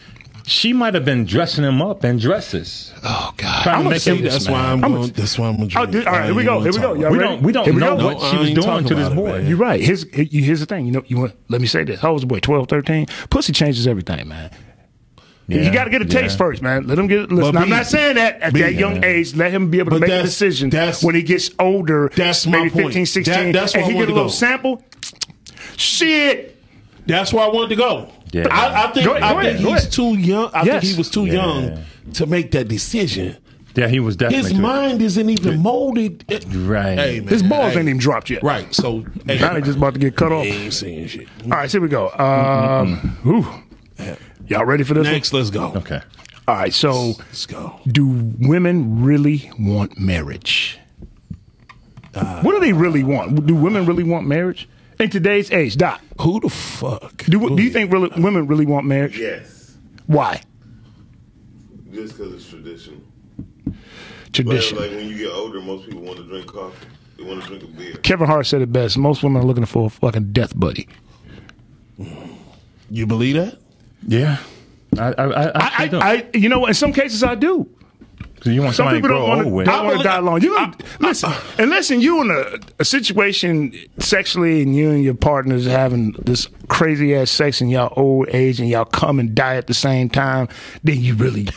Speaker 5: she might have been dressing him up in dresses.
Speaker 3: Oh God!
Speaker 5: Trying
Speaker 3: I'm
Speaker 5: to
Speaker 3: gonna
Speaker 5: make
Speaker 3: see,
Speaker 5: him.
Speaker 3: that's why I'm.
Speaker 5: gonna-
Speaker 3: going that's why I'm gonna
Speaker 4: Oh,
Speaker 3: drink.
Speaker 4: dude, all right, here we go. Here we go. Y'all
Speaker 5: We
Speaker 4: ready?
Speaker 5: don't- we don't
Speaker 4: Here
Speaker 5: know
Speaker 4: go.
Speaker 5: what No, she I was ain't doing talking to this about it, boy. man.
Speaker 4: You're right. Here's here's the thing. You know, you want. Let me say this. How old was the boy? 12, 13? Pussy changes everything, man.
Speaker 3: Yeah,
Speaker 4: you got to get a taste
Speaker 3: yeah.
Speaker 4: first, man. Let him get. Listen,
Speaker 3: But
Speaker 4: I'm
Speaker 3: B-
Speaker 4: not saying that at
Speaker 3: B-
Speaker 4: that young
Speaker 3: Yeah.
Speaker 4: age. Let him be able to
Speaker 3: But
Speaker 4: make a
Speaker 3: that's-
Speaker 4: decision
Speaker 3: that's-
Speaker 4: when he gets older.
Speaker 3: That's my
Speaker 4: maybe
Speaker 3: point.
Speaker 4: 15, 16.
Speaker 3: That- that's
Speaker 4: if he
Speaker 3: where I
Speaker 4: get a
Speaker 3: wanted to
Speaker 4: little
Speaker 3: go.
Speaker 4: sample, shit.
Speaker 3: That's why I wanted to go.
Speaker 5: Yeah.
Speaker 3: I, I think,
Speaker 4: Go ahead, go
Speaker 3: I think
Speaker 4: ahead, go
Speaker 3: he's
Speaker 4: ahead.
Speaker 3: too young. I
Speaker 4: Yes.
Speaker 3: think he was too
Speaker 5: Yeah.
Speaker 3: young to make that decision.
Speaker 5: Yeah, he was definitely.
Speaker 3: His mind isn't even molded. It-
Speaker 5: Right.
Speaker 3: Hey, man,
Speaker 4: His balls
Speaker 3: hey.
Speaker 4: ain't even dropped yet.
Speaker 3: Right. So hey,
Speaker 4: Now they just about to get cut off.
Speaker 3: he ain't saying shit.
Speaker 4: All right, so here we go. Um, whew. Y'all ready for this?
Speaker 3: Next, let's go.
Speaker 5: Okay.
Speaker 4: One? All right, so
Speaker 3: Let's go.
Speaker 4: do women really want marriage? Uh, what do they really want? Do women really want marriage in today's age, Doc?
Speaker 3: Who the fuck?
Speaker 4: Do, do you think really, women really want marriage?
Speaker 15: Yes,
Speaker 4: Why?
Speaker 15: just because it's traditional.
Speaker 4: Tradition.
Speaker 15: Like, like when you get older, most people want to drink coffee. They want to drink a beer.
Speaker 4: Kevin Hart said it best. Most women are looking for a fucking death buddy.
Speaker 3: You believe that?
Speaker 5: Yeah. I I I, I,
Speaker 4: I,
Speaker 5: still don't.
Speaker 4: I, you know, in some cases, I do.
Speaker 5: So you want
Speaker 4: Some
Speaker 5: somebody to
Speaker 4: people
Speaker 5: grow
Speaker 4: don't want
Speaker 5: old
Speaker 4: to.
Speaker 5: with?
Speaker 4: Don't want to
Speaker 3: believe-
Speaker 4: die alone. You don't, listen, unless and you in a, a situation sexually, and you and your partners having this crazy ass sex in y'all old age, and y'all come and die at the same time, then you really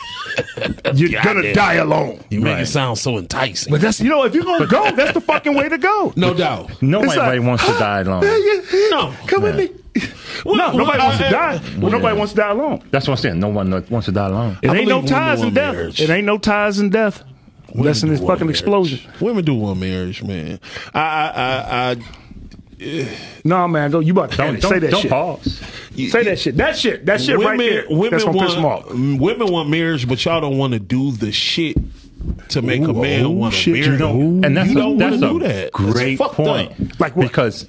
Speaker 4: you're gonna
Speaker 3: Goddamn.
Speaker 4: die alone.
Speaker 3: You make
Speaker 5: Right.
Speaker 3: it sound so enticing.
Speaker 4: But that's you know, if you're gonna go, that's the fucking way to go.
Speaker 3: no doubt.
Speaker 5: Nobody
Speaker 4: It's like,
Speaker 5: wants to die alone.
Speaker 4: Yeah, yeah.
Speaker 3: No.
Speaker 4: Come with me. no, nobody wants to die. Well, nobody wants to die alone.
Speaker 5: That's what I'm saying. No one wants to die alone.
Speaker 4: It
Speaker 3: I
Speaker 4: ain't no
Speaker 3: believe women
Speaker 4: ties in
Speaker 3: want
Speaker 4: death.
Speaker 3: marriage.
Speaker 4: It ain't no ties in death. Less than
Speaker 3: do
Speaker 4: this
Speaker 3: want
Speaker 4: fucking
Speaker 3: marriage.
Speaker 4: explosion.
Speaker 3: Women do want marriage, man. I, I, I, I
Speaker 4: No, man, don't you about to
Speaker 5: Don't,
Speaker 4: say
Speaker 5: don't,
Speaker 4: that
Speaker 5: don't
Speaker 4: shit.
Speaker 5: pause.
Speaker 4: Say that shit. That shit. That shit right there. That's gonna
Speaker 3: want,
Speaker 4: piss 'em off.
Speaker 3: mm, Women want marriage, but y'all don't want to do the shit to make a
Speaker 4: oh,
Speaker 3: man want to
Speaker 4: shit,
Speaker 3: marry.
Speaker 4: you don't-
Speaker 5: And that's
Speaker 3: you
Speaker 5: a,
Speaker 3: don't
Speaker 5: that's
Speaker 3: want to
Speaker 5: a
Speaker 3: do that.
Speaker 5: great
Speaker 3: That's fucked
Speaker 5: point.
Speaker 3: Up.
Speaker 4: Like what?
Speaker 5: Because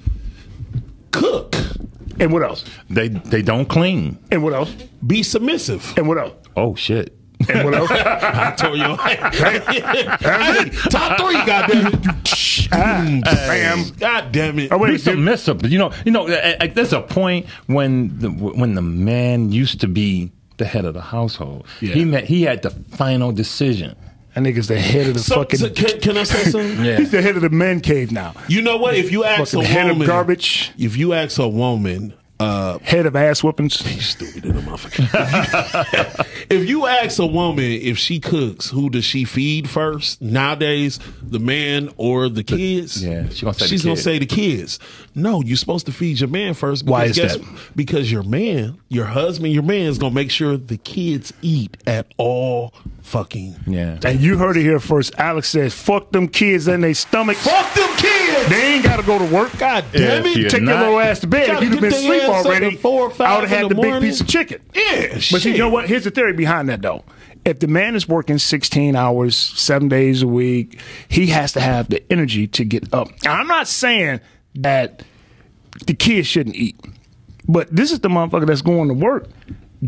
Speaker 3: Cook,
Speaker 4: And what else?
Speaker 5: they they don't clean.
Speaker 4: And what else?
Speaker 3: be submissive.
Speaker 4: And what else?
Speaker 5: Oh shit.
Speaker 4: And what else?
Speaker 3: I told you, Hey, top three. Goddamn
Speaker 4: Mm,
Speaker 3: it!
Speaker 4: Bam.
Speaker 3: God damn it!
Speaker 4: Oh, wait,
Speaker 5: Be
Speaker 4: dude.
Speaker 5: submissive. You know, you know. a- a- There's a point when the when the man used to be the head of the household.
Speaker 4: Yeah.
Speaker 5: He met, he had the final decision.
Speaker 4: That nigga's the head of the
Speaker 3: So-
Speaker 4: fucking.
Speaker 3: so can, can I say something?
Speaker 4: He's the head of the man cave now.
Speaker 3: You know what? If you ask
Speaker 4: Fucking
Speaker 3: a
Speaker 4: head of
Speaker 3: woman,
Speaker 4: garbage.
Speaker 3: If you ask a woman, uh,
Speaker 4: Head of ass whoopings.
Speaker 3: stupid in the motherfucker. if you ask a woman if she cooks, who does she feed first? Nowadays, the man or the kids?
Speaker 5: yeah, she gonna say the
Speaker 3: she's gonna
Speaker 5: kid.
Speaker 3: say the kids. No, you're supposed to feed your man first.
Speaker 4: Why
Speaker 3: because
Speaker 4: is
Speaker 3: guess- Because your man, your husband, your man is gonna make sure the kids eat at all fucking.
Speaker 5: Yeah.
Speaker 4: And you heard it here first. Alex says, "Fuck them kids and they stomach.
Speaker 3: Fuck them kids.
Speaker 4: They ain't got to go to work.
Speaker 3: God
Speaker 5: Yeah,
Speaker 3: damn
Speaker 5: if
Speaker 3: it.
Speaker 5: you-
Speaker 4: Take your
Speaker 5: not-
Speaker 4: little ass to bed. If
Speaker 3: Gotta
Speaker 4: you'd have been
Speaker 3: get their
Speaker 4: asleep
Speaker 3: ass up
Speaker 4: already,
Speaker 3: at four or five
Speaker 4: I would have
Speaker 3: in
Speaker 4: had
Speaker 3: the
Speaker 4: the, big
Speaker 3: morning.
Speaker 4: piece of chicken.
Speaker 3: Yeah,
Speaker 4: But you
Speaker 3: shit.
Speaker 4: know what? Here's the theory behind that, though. If the man is working 16 hours, seven days a week, he has to have the energy to get up. Now, I'm not saying that the kids shouldn't eat, but this is the motherfucker that's going to work,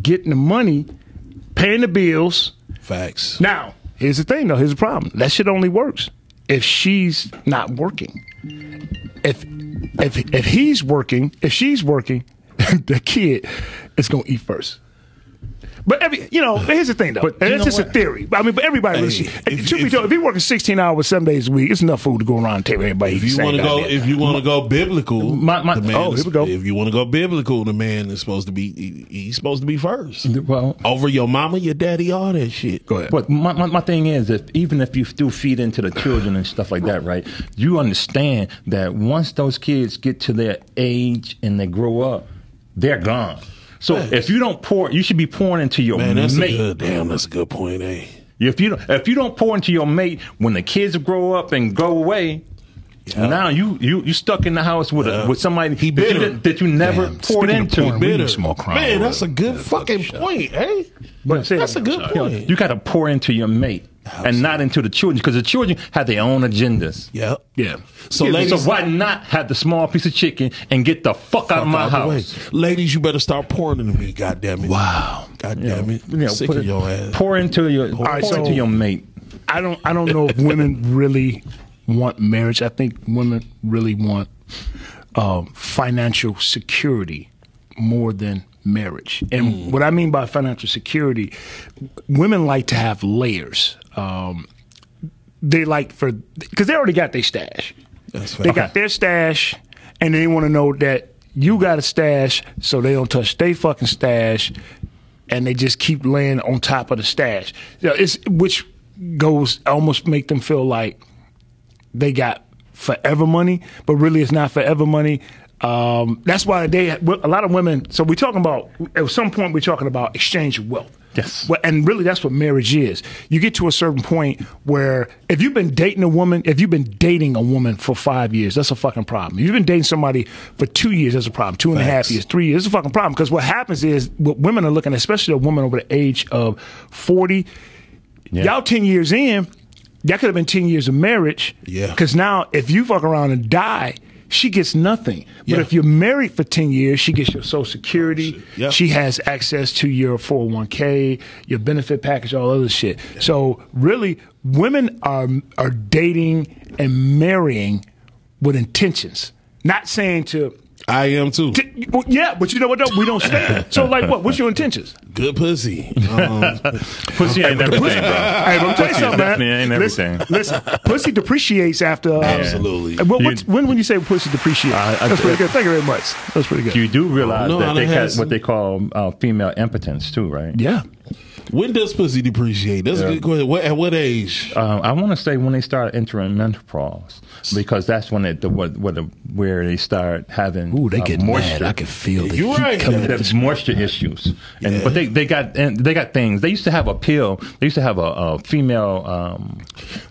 Speaker 4: getting the money, paying the bills.
Speaker 3: Facts.
Speaker 4: Now, here's the thing, though. Here's the problem. That shit only works if she's not working. If if if he's working, if she's working, the kid is gonna eat first. But every, you know, here's the thing though.
Speaker 5: But
Speaker 4: and
Speaker 5: you
Speaker 4: it's
Speaker 5: know
Speaker 4: just a
Speaker 5: what?
Speaker 4: theory. I mean, but everybody
Speaker 3: Hey,
Speaker 4: really. see-
Speaker 3: if-
Speaker 4: and
Speaker 3: if-
Speaker 4: truth be
Speaker 3: if-
Speaker 4: told, if you're working 16 hours, seven days a week, it's enough food to go around and table everybody.
Speaker 3: If you want to go, if you want to go biblical,
Speaker 5: My- my-
Speaker 3: the man
Speaker 5: oh,
Speaker 3: is-
Speaker 4: here we go.
Speaker 3: If you want to go biblical, the man is supposed to be he- he's supposed to be first
Speaker 5: Well,
Speaker 3: over your mama, your daddy, all that shit.
Speaker 4: go ahead.
Speaker 5: But my, my, my thing is, if even if you still feed into the children and stuff like that, right? You understand that once those kids get to their age and they grow up, they're gone. So if you don't pour, you should be pouring into your
Speaker 3: Man, that's a
Speaker 5: mate.
Speaker 3: good damn. That's a good point, eh?
Speaker 5: If you don't, if you don't pour into your mate when the kids grow up and go away, now you you you stuck in the house with a, with somebody
Speaker 3: He
Speaker 5: that you,
Speaker 3: bitter.
Speaker 5: did- that you never
Speaker 6: Damn,
Speaker 5: poured
Speaker 6: speaking of
Speaker 5: into.
Speaker 6: pouring, we need some more Crown
Speaker 3: Man,
Speaker 6: Royal.
Speaker 3: that's a good fucking point, eh?
Speaker 4: But say
Speaker 3: That's
Speaker 4: that
Speaker 3: a
Speaker 4: now,
Speaker 3: good
Speaker 5: You, know,
Speaker 3: point.
Speaker 5: you got to pour into your mate. and not into the children because the children have their own agendas.
Speaker 3: Yeah,
Speaker 5: yeah.
Speaker 3: So
Speaker 5: So,
Speaker 3: ladies-
Speaker 5: so why not have the small piece of chicken and get the fuck, out of my
Speaker 3: out the
Speaker 5: house?
Speaker 3: way. Ladies, you better start pouring into me, goddamn it. Wow. Goddamn it. Sick of your ass.
Speaker 5: Pour into your
Speaker 3: All right,
Speaker 5: pour
Speaker 3: so-
Speaker 5: into your mate.
Speaker 4: I don't I don't know if women really want marriage. I think women really want um, financial security more than marriage. And what I mean by financial security, women like to have layers. Um, they like for because they already got their stash.
Speaker 3: That's
Speaker 4: They got their stash, and they want to know that you got a stash, so they don't touch their fucking stash, and they just keep laying on top of the stash. You know, it's which goes almost make them feel like they got forever money, but really it's not forever money. Um, that's why they a lot of women. So we're talking about at some point we're talking about exchange of wealth. Yes. Well, and really that's what marriage is. You get to a certain point where if you've been dating a woman, if you've been dating a woman for five years, that's a fucking problem. If you've been dating somebody for two years, that's a problem. Two and a half years, three years, that's a fucking problem. Because what happens is what women are looking, especially a woman over the age of forty. Y'all ten years in, that could have been ten years of marriage. Yeah. Because now, if you fuck around and die, she gets nothing. But if you're married for ten years, she gets your Social Security.
Speaker 3: Yeah.
Speaker 4: She has access to your 401k, your benefit package, all other shit. So really, women are are dating and marrying with intentions, not saying to.
Speaker 3: I am too.
Speaker 4: well, yeah, but you know what? Though? We don't stay there. So like, what? What's your intentions?
Speaker 3: Good pussy. Um,
Speaker 5: pussy ain't everything, bro.
Speaker 4: Hey, but I'm telling you something, man.
Speaker 5: Definitely ain't
Speaker 4: Listen-
Speaker 5: everything.
Speaker 4: Listen, pussy depreciates after. Uh,
Speaker 5: Absolutely.
Speaker 4: Well,
Speaker 5: You-
Speaker 4: what's- when when you say pussy depreciates,
Speaker 5: I-
Speaker 4: that's pretty good. Thank you very much. That's pretty good.
Speaker 5: You do realize
Speaker 4: No, I
Speaker 5: that they
Speaker 4: done
Speaker 5: got
Speaker 4: has-
Speaker 5: what they call uh, female impotence too, right?
Speaker 4: Yeah.
Speaker 3: When does pussy depreciate? That's a good question. What, at what age?
Speaker 5: Um, I want to say when they start entering menopause, because that's when it, the what, what the, where they start having. uh, Ooh,
Speaker 4: they get mad. I can feel the You're heat right. coming.
Speaker 5: There's moisture issues, and but they they got and they got things. They used to have a pill. They used to have a, a female. Um,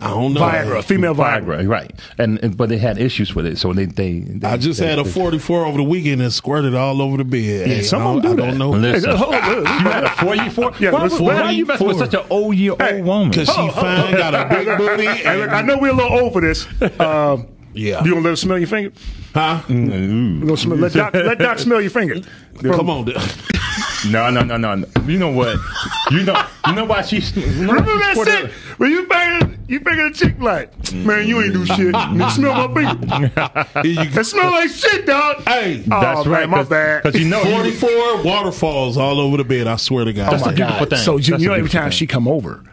Speaker 3: I don't know. Viagra,
Speaker 4: female
Speaker 5: Viagra, right? And, and but they had issues with it, so they they. they
Speaker 3: I just
Speaker 5: they-
Speaker 3: had a
Speaker 5: they-
Speaker 3: 44 over the weekend and squirted all over the bed.
Speaker 5: Yeah,
Speaker 3: Hey,
Speaker 5: some
Speaker 3: I
Speaker 5: of 'em
Speaker 3: don't-
Speaker 5: do
Speaker 3: I
Speaker 5: that.
Speaker 3: don't know.
Speaker 5: Listen. Hold on, hold on. You had a 44?
Speaker 4: Yeah,
Speaker 5: Why-
Speaker 4: listen,
Speaker 5: why are you messing with such an old year old woman? Oh.
Speaker 3: Because she
Speaker 4: Hold on, hold
Speaker 3: fine,
Speaker 4: on.
Speaker 3: got a big booty.
Speaker 4: Hey, look, I know we're a little old for this. Um,
Speaker 3: Yeah.
Speaker 4: You gonna let us smell your finger?
Speaker 3: Huh?
Speaker 4: You gonna smell, let, Doc, let Doc smell your finger.
Speaker 3: Come on, dude.
Speaker 5: No, no, no, no, no. You know what? You know, you know why she's.
Speaker 4: Remember that shit? When you finger, you finger the chick like, man, you ain't do shit. You smell my finger. It smell like shit, dog.
Speaker 3: Hey,
Speaker 4: that's right. My bad.
Speaker 3: forty-four waterfalls all over the bed. I swear to God.
Speaker 4: Oh my God. So you, you know, every time she come over,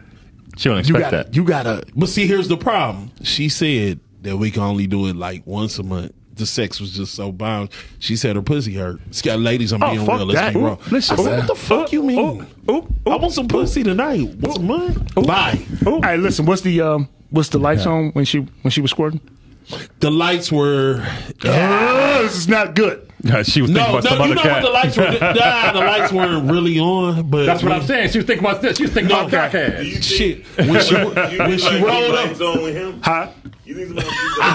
Speaker 5: she don't
Speaker 4: you gotta, You gotta.
Speaker 3: But see, here's the problem. She said that we can only do it like once a month. The sex was just so bound. She said her pussy hurt. She got ladies. I'm
Speaker 4: Oh,
Speaker 3: being
Speaker 4: fuck
Speaker 3: real. Let's
Speaker 4: that.
Speaker 3: be
Speaker 4: Ooh,
Speaker 3: real.
Speaker 4: listen,
Speaker 3: I said,
Speaker 4: man.
Speaker 3: what the fuck you mean? I want some pussy tonight. Once a month. Bye.
Speaker 4: Hey, listen. What's the um? What's the lights on when she when she was squirting?
Speaker 3: The lights were.
Speaker 4: Oh, this is not good.
Speaker 5: No, she was
Speaker 3: No, no, you know what the lights were. Nah, the lights
Speaker 5: were.
Speaker 3: weren't really on. But
Speaker 5: That's what I'm saying. She was thinking about this. She was thinking
Speaker 3: No,
Speaker 5: about that.
Speaker 3: Shit. When she, when she rolled up,
Speaker 15: on with him?
Speaker 4: Huh?
Speaker 15: You think about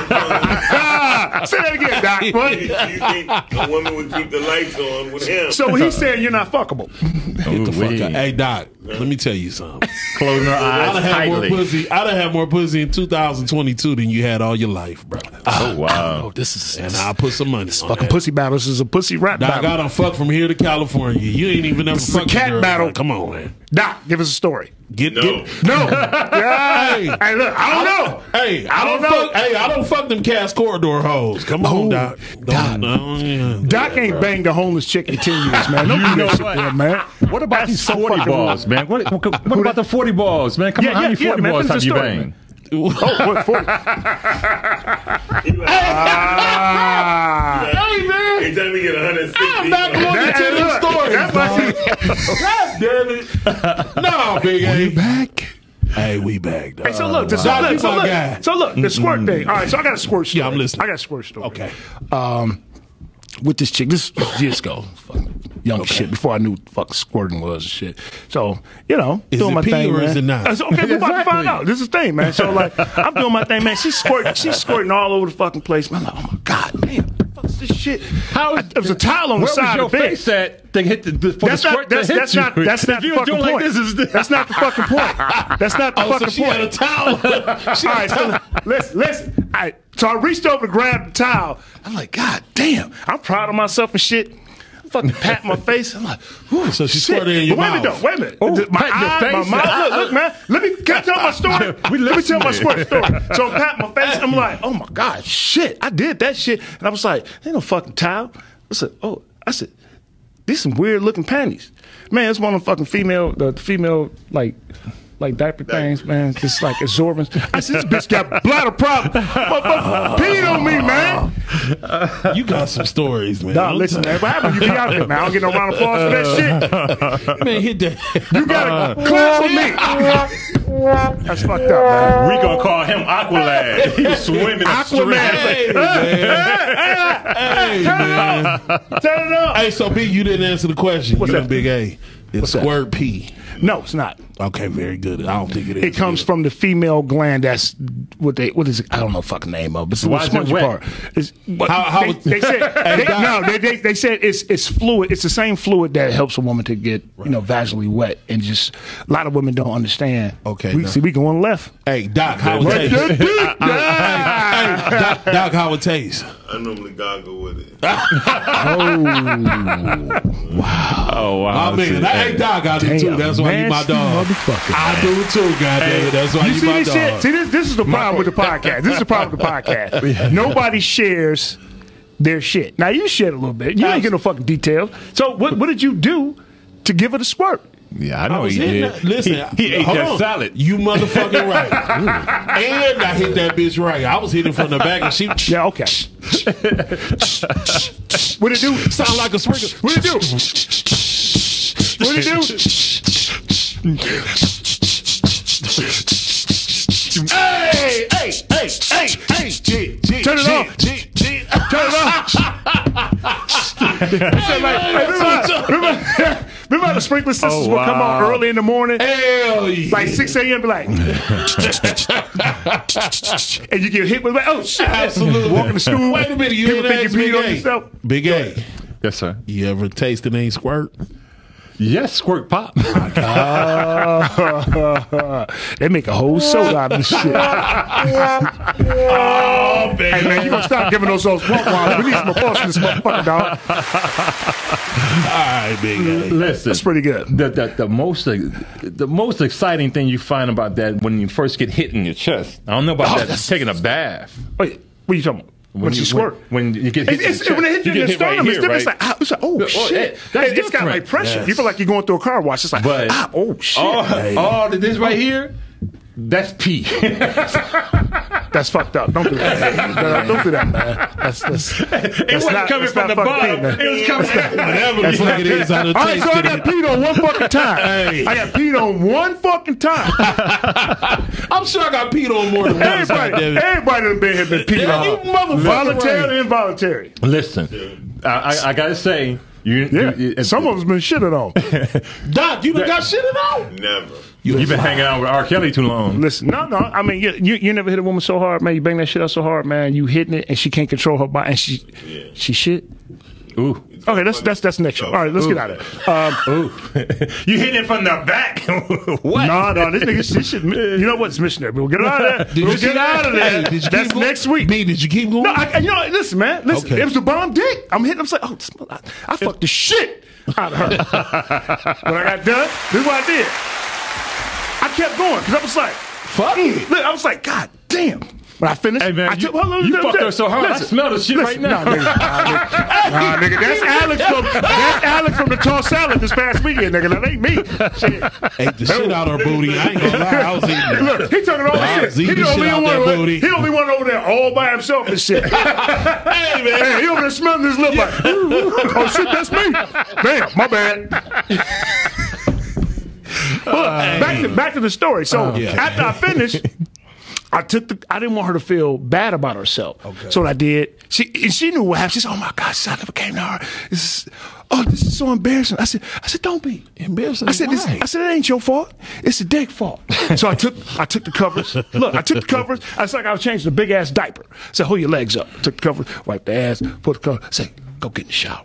Speaker 15: keep
Speaker 4: Say that again, Doc. What?
Speaker 15: you think a woman would keep the lights on with him?
Speaker 4: So he's saying you're not fuckable.
Speaker 3: Get the fuck out. Hey, Doc, let me tell you something.
Speaker 5: Closing her
Speaker 3: I
Speaker 5: eyes
Speaker 3: done had more
Speaker 5: tightly.
Speaker 3: pussy. I done had more pussy in 2022 than you had all your life, bro.
Speaker 5: Oh wow.
Speaker 4: This is
Speaker 3: And I'll put some money on
Speaker 4: Ah. fucking
Speaker 3: that.
Speaker 4: pussy battle. This is a pussy rap
Speaker 3: Doc,
Speaker 4: battle.
Speaker 3: I done fuck from here to California. You ain't even never
Speaker 4: This is a
Speaker 3: fucked
Speaker 4: cat
Speaker 3: a girl,
Speaker 4: battle.
Speaker 3: bruh. Come on, man.
Speaker 4: Doc, give us a story.
Speaker 3: Get, get
Speaker 4: No. Yeah.
Speaker 3: Hey.
Speaker 4: Hey, look, I don't know.
Speaker 3: Hey,
Speaker 4: I
Speaker 3: I
Speaker 4: don't
Speaker 3: don't,
Speaker 4: know.
Speaker 3: fuck. Hey, I don't fuck them cast corridor hoes. Come on, Doc. Doc,
Speaker 4: Doc ain't banged a homeless chick in ten years, man. Don't
Speaker 5: You
Speaker 4: do
Speaker 5: know
Speaker 4: that shit,
Speaker 5: what?
Speaker 4: there, man.
Speaker 5: What about
Speaker 4: That's
Speaker 5: these
Speaker 4: so
Speaker 5: 40
Speaker 4: fucking
Speaker 5: balls,
Speaker 4: wrong.
Speaker 5: man? What, what, what about the 40 balls, man? Come
Speaker 4: Yeah,
Speaker 5: on, how
Speaker 4: yeah,
Speaker 5: many
Speaker 4: yeah,
Speaker 5: 40
Speaker 4: man,
Speaker 5: balls
Speaker 4: finish
Speaker 5: have
Speaker 4: the
Speaker 5: you
Speaker 4: story,
Speaker 5: banged?
Speaker 4: Oh, what, 40? Ah.
Speaker 3: Hey, man.
Speaker 15: Anytime we get 160,
Speaker 3: I'm not going
Speaker 4: That-
Speaker 3: to tell
Speaker 4: hey,
Speaker 3: them
Speaker 4: look,
Speaker 3: stories,
Speaker 4: that's why
Speaker 3: dog. God damn it. No, Big A.
Speaker 4: back.
Speaker 3: Hey, we back, dog.
Speaker 4: Hey, so look, so,
Speaker 3: Doc, you
Speaker 4: look, so,
Speaker 3: my guy.
Speaker 4: look so look, the squirt thing. All right, so I got a squirt story.
Speaker 3: Yeah, I'm listening.
Speaker 4: I got a squirt story.
Speaker 3: Okay.
Speaker 4: Um, with this chick, this is years ago. Fuck. young shit before I knew what the fuck squirting was and shit. So you know,
Speaker 3: Is
Speaker 4: doing
Speaker 3: it
Speaker 4: my
Speaker 3: pee
Speaker 4: thing,
Speaker 3: or
Speaker 4: man.
Speaker 3: is it not?
Speaker 4: That's okay, we're about to
Speaker 3: Exactly.
Speaker 4: find out. This is the thing, man. So like, I'm doing my thing, man. She's squirting, she's squirting all over the fucking place. Man, I'm like, oh my god, man, what the fuck's this shit? How is, there's a towel on
Speaker 5: Where
Speaker 4: the side
Speaker 5: was
Speaker 4: of the
Speaker 5: your
Speaker 4: bed.
Speaker 5: face at to hit the, the for
Speaker 4: that's
Speaker 5: the
Speaker 4: not
Speaker 5: squirt to
Speaker 4: that's,
Speaker 5: hit
Speaker 4: that's
Speaker 5: you?
Speaker 4: not that's not
Speaker 5: if
Speaker 4: the
Speaker 5: you were
Speaker 4: fucking
Speaker 5: doing
Speaker 4: point.
Speaker 5: like this, is
Speaker 4: That's not the fucking point. That's not the
Speaker 5: Oh, so
Speaker 4: fucking
Speaker 5: she
Speaker 4: point.
Speaker 5: had a towel.
Speaker 4: All right, so listen, listen. All right, so I reached over, grabbed the towel. I'm like, God damn, I'm proud of myself and shit. I Fucking pat my face. I'm like, whew,
Speaker 3: So she
Speaker 4: shit.
Speaker 3: squirted in your
Speaker 4: But wait
Speaker 3: mouth.
Speaker 4: a minute, though. Wait a minute. my
Speaker 3: pat your
Speaker 4: eye,
Speaker 3: face.
Speaker 4: my mouth. Look, look, man. Let me can I tell my story.
Speaker 3: We
Speaker 4: Let me tell my
Speaker 3: listening.
Speaker 4: squirt story. So I pat my face. I'm like, oh my god, shit, I did that shit. And I was like, they no fucking towel. I said, oh, I said, these some weird looking panties. Man, it's one of the fucking female, the female like. Like diaper things, man. Just like absorbent. I said, this bitch got bladder problem. Motherfucker, peed on me, man.
Speaker 3: you got some stories, man.
Speaker 4: Nah, listen, man. What happened? You be out there, man. I don't get no round of applause for that shit.
Speaker 3: shit. Man, hit that.
Speaker 4: You gotta clap for me. That's fucked up, man.
Speaker 16: We gonna call him Aqualad. He was swimming
Speaker 4: Aquaman. Hey,
Speaker 3: Hey, man.
Speaker 4: Turn it up.
Speaker 3: Hey, so B, you didn't answer the question. What's you that? Big A. It's squirt P.
Speaker 4: No, it's not.
Speaker 3: Okay, very good. I don't think it is.
Speaker 4: It comes from the female gland. That's what they. What is it? I don't know the fucking name of. it. It's the
Speaker 3: Why is it
Speaker 4: spongy
Speaker 3: wet?
Speaker 4: part. It's, what-
Speaker 3: How- how-
Speaker 4: they, they said
Speaker 3: Hey,
Speaker 4: they,
Speaker 3: Doc.
Speaker 4: no. They, they, they said it's it's fluid. It's the same fluid that helps a woman to get you know vaginally wet. And just a lot of women don't understand. Okay, we
Speaker 3: Doc.
Speaker 4: see we going left.
Speaker 3: Hey, Doc, how it
Speaker 4: Right there,
Speaker 3: tastes?
Speaker 4: dude.
Speaker 3: Hey, Doc, Doc, how it tastes?
Speaker 15: I normally goggle with it.
Speaker 16: Oh wow.
Speaker 3: I mean, hey, Doc, I do too. That's why you my dog. I do too, goddamn. That's why
Speaker 4: you
Speaker 3: you
Speaker 4: see
Speaker 3: my
Speaker 4: this shit?
Speaker 3: dog.
Speaker 4: See this? This is the problem with the podcast. This is the problem with the podcast. Nobody shares their shit. Now you shared a little bit. You ain't get no fucking details. So what? What did you do to give it a squirt?
Speaker 16: Yeah, I know
Speaker 3: was
Speaker 16: he
Speaker 3: hitting
Speaker 16: did.
Speaker 3: that- Listen,
Speaker 16: he, he ate
Speaker 3: hold
Speaker 16: that
Speaker 3: on.
Speaker 16: salad.
Speaker 3: You motherfucking right. and I hit that bitch right. I was hitting from the back, and she
Speaker 4: yeah, okay. what it do?
Speaker 3: Sound like a sprinkle.
Speaker 4: What it do? What it do?
Speaker 3: Hey, hey, hey, hey, hey, G, G,
Speaker 4: Turn it
Speaker 3: G,
Speaker 4: off.
Speaker 3: G, G.
Speaker 4: Turn it off. I said, like, hey, remember, remember, remember how the sprinkler systems
Speaker 16: Oh,
Speaker 4: would come on
Speaker 16: wow.
Speaker 4: early in the morning?
Speaker 3: Hell yeah.
Speaker 4: Like 6 a.m. be like, and you get hit with like, oh shit.
Speaker 3: Absolutely.
Speaker 4: Walking to school.
Speaker 3: Wait a minute, you
Speaker 4: people
Speaker 3: didn't
Speaker 4: think
Speaker 3: ask
Speaker 4: you peed
Speaker 3: Big
Speaker 4: on
Speaker 3: A.
Speaker 4: yourself.
Speaker 3: Big A.
Speaker 16: Yes, sir.
Speaker 3: You ever taste the name squirt?
Speaker 16: Yes, squirt pop.
Speaker 4: they make a whole soda out of this shit.
Speaker 3: Oh,
Speaker 4: Hey
Speaker 3: baby.
Speaker 4: man, you gonna stop giving those those womp womps. We need some applause in this motherfucker, dog.
Speaker 3: All right, Big A.
Speaker 5: Listen,
Speaker 4: That's pretty good.
Speaker 5: the, the, the most the most exciting thing you find about that when you first get hit in your chest. I don't know about that. Taking a bath.
Speaker 4: Wait, what are you talking about? When,
Speaker 5: When
Speaker 4: you,
Speaker 5: you-
Speaker 4: squirt.
Speaker 5: when- when you get hit in
Speaker 4: It's,
Speaker 5: the
Speaker 4: it's, when it hits
Speaker 5: chest.
Speaker 4: you in
Speaker 5: You
Speaker 4: your style, it's
Speaker 5: get hit right here,
Speaker 4: different. It's
Speaker 5: right?
Speaker 4: like, ah, it's like, oh,
Speaker 5: Yeah, oh,
Speaker 4: shit.
Speaker 5: yeah, that's
Speaker 4: It- it's got like
Speaker 5: different.
Speaker 4: pressure.
Speaker 5: Yes.
Speaker 4: You feel like you're going through a car wash. It's like,
Speaker 5: But-
Speaker 4: ah, oh, shit.
Speaker 5: All,
Speaker 4: Hey,
Speaker 5: all of this
Speaker 3: Oh.
Speaker 5: right here, that's pee.
Speaker 4: that's fucked up. Don't do that. Don't- Don't do that, man. That's, that's,
Speaker 5: It wasn't coming from the bottom. it was coming from
Speaker 3: Whatever the fuck it is, I
Speaker 4: All
Speaker 3: done
Speaker 4: right, so I
Speaker 3: tasted
Speaker 4: got
Speaker 3: it.
Speaker 4: peed on one fucking time.
Speaker 3: Hey.
Speaker 4: I got peed on one fucking time.
Speaker 3: I'm sure I got peed on more than once.
Speaker 4: Everybody,
Speaker 3: goddamn it.
Speaker 4: everybody done been here been peed
Speaker 3: Yeah, you
Speaker 4: on.
Speaker 3: motherfucker
Speaker 4: Voluntary
Speaker 3: right.
Speaker 4: and involuntary.
Speaker 5: Listen, I, I, I gotta say, you,
Speaker 4: Yeah,
Speaker 5: you- it-
Speaker 4: some of us been shitted on.
Speaker 3: Doc, you done got shit at all?
Speaker 15: Never.
Speaker 5: you, have been hanging out with R. Kelly too long.
Speaker 4: Listen, no, no. I mean, you, you you never hit a woman so hard, man. You bang that shit out so hard, man. You hitting it, and she can't control her body, and she
Speaker 15: Yeah.
Speaker 4: she shit.
Speaker 5: Ooh,
Speaker 4: Okay, that's that's that's next show. All right, let's get out of it. Um,
Speaker 5: ooh, you hit it from the back. what?
Speaker 4: No, no, this nigga, this shit, you know what's missionary. We'll get out of there.
Speaker 3: Did
Speaker 4: We'll
Speaker 3: you
Speaker 4: get out of there.
Speaker 3: Hey, did you
Speaker 4: That's
Speaker 3: keep going?
Speaker 4: next week.
Speaker 3: B, did you keep going?
Speaker 4: No, I, I- you know, listen, man. Listen,
Speaker 3: Okay.
Speaker 4: it was the bomb dick. I'm hitting. I'm like, oh, this mother- I, I fucked the shit out of her. when I got done, this is what I did. I kept going because I was like,
Speaker 3: Fuck it.
Speaker 4: look, I was like, God damn. When I finished,
Speaker 5: Hey, man,
Speaker 4: I
Speaker 5: you-
Speaker 4: took- hold on,
Speaker 5: you
Speaker 4: let me
Speaker 5: fucked
Speaker 4: tell
Speaker 5: her so hard. I smell the shit right now.
Speaker 4: Nah, nigga, nah, nigga. Nah, nigga, that's Alex from that's Alex from the toss salad this past weekend, nigga. That ain't me. Shit.
Speaker 3: Ate the shit out her booty. I ain't gonna lie. I was eating it.
Speaker 4: Look, he talking all
Speaker 3: Wow,
Speaker 4: this shit.
Speaker 3: Zeke
Speaker 4: He the
Speaker 3: shit
Speaker 4: only
Speaker 3: out
Speaker 4: one.
Speaker 3: that
Speaker 4: Over,
Speaker 3: booty.
Speaker 4: he the only one over there all by himself and shit. hey man, he over there smelling his lip like, oh shit, that's me. Man, my bad. But back to back to the story. So
Speaker 3: Okay.
Speaker 4: after I finished. I took the. I didn't want her to feel bad about herself. So what I did, she and she knew what happened. She said, "Oh my gosh, I never came to her. This is, "Oh, this is so embarrassing." I said, "I said, don't be
Speaker 3: embarrassing."
Speaker 4: I said, this,
Speaker 3: why?
Speaker 4: "I said, it ain't your fault. It's the dick fault." so I took, I took the covers. Look, I took the covers. I was like, I was changing a big ass diaper. I said, "Hold your legs up." took the covers, wiped the ass, put the cover. Say, "Go get in the shower."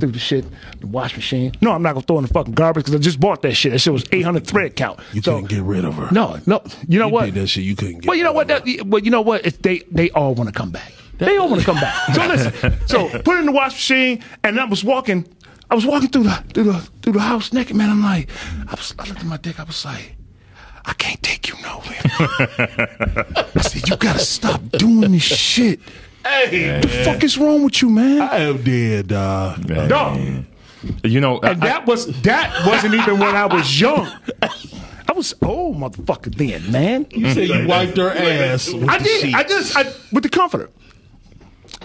Speaker 4: Threw the shit, the wash machine. No, I'm not gonna throw in the fucking garbage because I just bought that shit. That shit was 800 thread count.
Speaker 3: You couldn't get rid of her.
Speaker 4: No, no. You know what?
Speaker 3: Did that shit you couldn't get.
Speaker 4: Well, you know what? That, well, you know what? It's they they all want to come back. They all want to come back. So listen. So put it in the wash machine, and I was walking. I was walking through the through the through the house naked, man. I'm like, I, was, I looked at my dick. I was like, I can't take you nowhere. I said, you gotta stop doing this shit.
Speaker 3: Hey,
Speaker 4: the fuck is wrong with you, man? I
Speaker 3: am dead, dog.
Speaker 4: Dog.
Speaker 5: You know,
Speaker 4: and that was that wasn't even when I was young. I was old, motherfucker. Then, man.
Speaker 3: You said you wiped her ass. With
Speaker 4: I
Speaker 3: the
Speaker 4: did. I
Speaker 3: sheets.
Speaker 4: just I, with the comforter.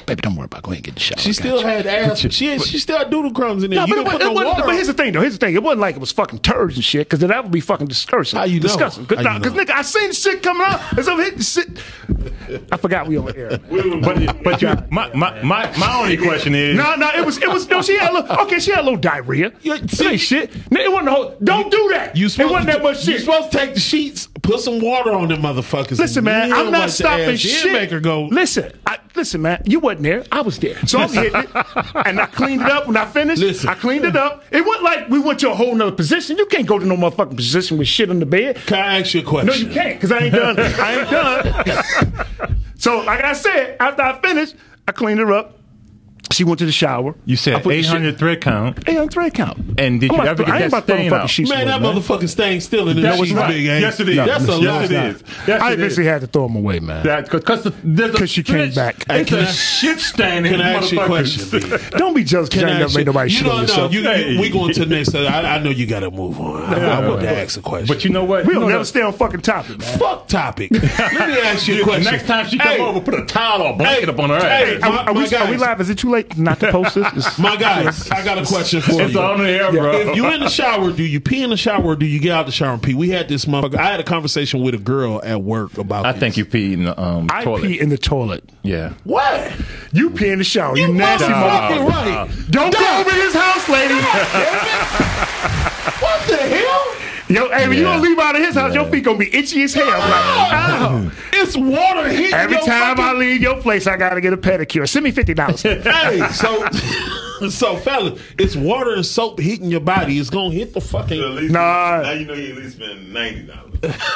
Speaker 4: Baby, don't worry about. it. Go ahead and get in the shower.
Speaker 3: She
Speaker 4: I
Speaker 3: still
Speaker 4: got you.
Speaker 3: had ass. She had- she still had doodle crumbs in there.
Speaker 4: No,
Speaker 3: you
Speaker 4: but, it, wa-
Speaker 3: didn't put
Speaker 4: it
Speaker 3: no
Speaker 4: wasn't,
Speaker 3: water.
Speaker 4: but here's the thing, though. Here's the thing. It wasn't like it was fucking turds and shit, because that would be fucking disgusting. How
Speaker 3: you know?
Speaker 4: Disgusting. Because
Speaker 3: How you know?
Speaker 4: nigga, I seen shit coming out as I'm hitting shit. I forgot we on air. man.
Speaker 5: but but you, my, my my my only question is
Speaker 4: No, no, it was, it was, no, she had a little, okay, she had a little diarrhea. It ain't shit. No, It wasn't a whole, don't do that.
Speaker 3: You
Speaker 4: it wasn't
Speaker 3: to-
Speaker 4: that much
Speaker 3: You
Speaker 4: shit.
Speaker 3: supposed to take the sheets, put some water on them motherfuckers.
Speaker 4: Listen,
Speaker 3: and
Speaker 4: man,
Speaker 3: then
Speaker 4: I'm
Speaker 3: wipe
Speaker 4: not
Speaker 3: the
Speaker 4: stopping
Speaker 3: ass,
Speaker 4: shit.
Speaker 3: Then make her go.
Speaker 4: Listen, I, listen, man, you wasn't there. I was there. So I'm hitting it, and I cleaned it up when I finished.
Speaker 3: Listen.
Speaker 4: I cleaned it up. It wasn't like we went to a whole nother position. You can't go to no motherfucking position with shit on the bed.
Speaker 3: Can I ask you a question?
Speaker 4: No, you can't, because I ain't done. I ain't done. so, like I said, after I finished, I cleaned her up. She went to the shower.
Speaker 5: you
Speaker 4: I
Speaker 5: said
Speaker 4: put the
Speaker 5: eight
Speaker 4: shit-
Speaker 5: hundred thread count,
Speaker 4: 800 thread count.
Speaker 5: and did
Speaker 4: I'm
Speaker 5: you
Speaker 4: not-
Speaker 5: ever
Speaker 4: I ain't
Speaker 5: get that
Speaker 4: about to throw
Speaker 5: stain
Speaker 4: fucking
Speaker 5: out?
Speaker 4: sheets
Speaker 3: Man, that motherfucking stain still in the
Speaker 5: That was
Speaker 3: sheets,
Speaker 5: right.
Speaker 3: big ain't
Speaker 5: Yes, it is. That's a lie. Yes, it is. Yes,
Speaker 4: I
Speaker 5: it is.
Speaker 4: eventually had to throw them away, man.
Speaker 5: That because because
Speaker 4: she came back.
Speaker 5: It's
Speaker 3: Hey,
Speaker 5: a
Speaker 3: can I-
Speaker 5: shit stain in
Speaker 3: Can I ask you a question?
Speaker 5: motherfuckers.
Speaker 3: B?
Speaker 4: Don't be jealous because
Speaker 3: Can
Speaker 4: I ain't
Speaker 3: I ask
Speaker 4: never made nobody
Speaker 3: you
Speaker 4: shit on
Speaker 3: don't know.
Speaker 4: yourself.
Speaker 3: You,
Speaker 5: Hey.
Speaker 3: you, we going to the next. I, I know you got to move on. I, I want to
Speaker 5: Yeah.
Speaker 3: ask a question.
Speaker 5: But you know what?
Speaker 4: We'll
Speaker 5: No,
Speaker 4: never
Speaker 5: no.
Speaker 4: stay on fucking topic, man.
Speaker 3: fuck topic. Let me ask you a
Speaker 5: The
Speaker 3: question.
Speaker 5: next time she come
Speaker 3: Hey,
Speaker 5: over, put a towel or blanket
Speaker 3: Hey.
Speaker 5: up on her ass.
Speaker 3: Hey.
Speaker 4: Are,
Speaker 3: My-
Speaker 4: are
Speaker 3: my
Speaker 4: we, are we
Speaker 3: guys.
Speaker 4: live? Is it too late not to post this? It's-
Speaker 3: My guys, I got a question for
Speaker 5: It's
Speaker 3: you.
Speaker 5: on the air, bro.
Speaker 3: If you in the shower, do you pee in the shower or do you get out the shower and pee? We had this motherfucker. I had a conversation with a girl at work about
Speaker 5: I
Speaker 3: this.
Speaker 5: think you pee in the um,
Speaker 4: I
Speaker 5: toilet.
Speaker 4: pee in the toilet.
Speaker 5: yeah.
Speaker 3: What?
Speaker 4: You pee in the shower. You,
Speaker 3: You
Speaker 4: nasty
Speaker 3: motherfucking
Speaker 4: motherfucker.
Speaker 3: right.
Speaker 4: Don't go over his house, lady.
Speaker 3: What the hell?
Speaker 4: Yo, hey, when you
Speaker 5: Yeah.
Speaker 4: don't leave out of his house, your feet gonna be itchy as hell. Like, ow.
Speaker 3: It's water hitting
Speaker 4: Every
Speaker 3: your
Speaker 4: time
Speaker 3: fucking-
Speaker 4: I leave your place, I gotta get a pedicure. Send me fifty dollars.
Speaker 3: Hey, so so fellas, it's water and soap hitting your body. It's gonna hit the fucking.
Speaker 4: Nah.
Speaker 1: Now you know he at least spent ninety dollars.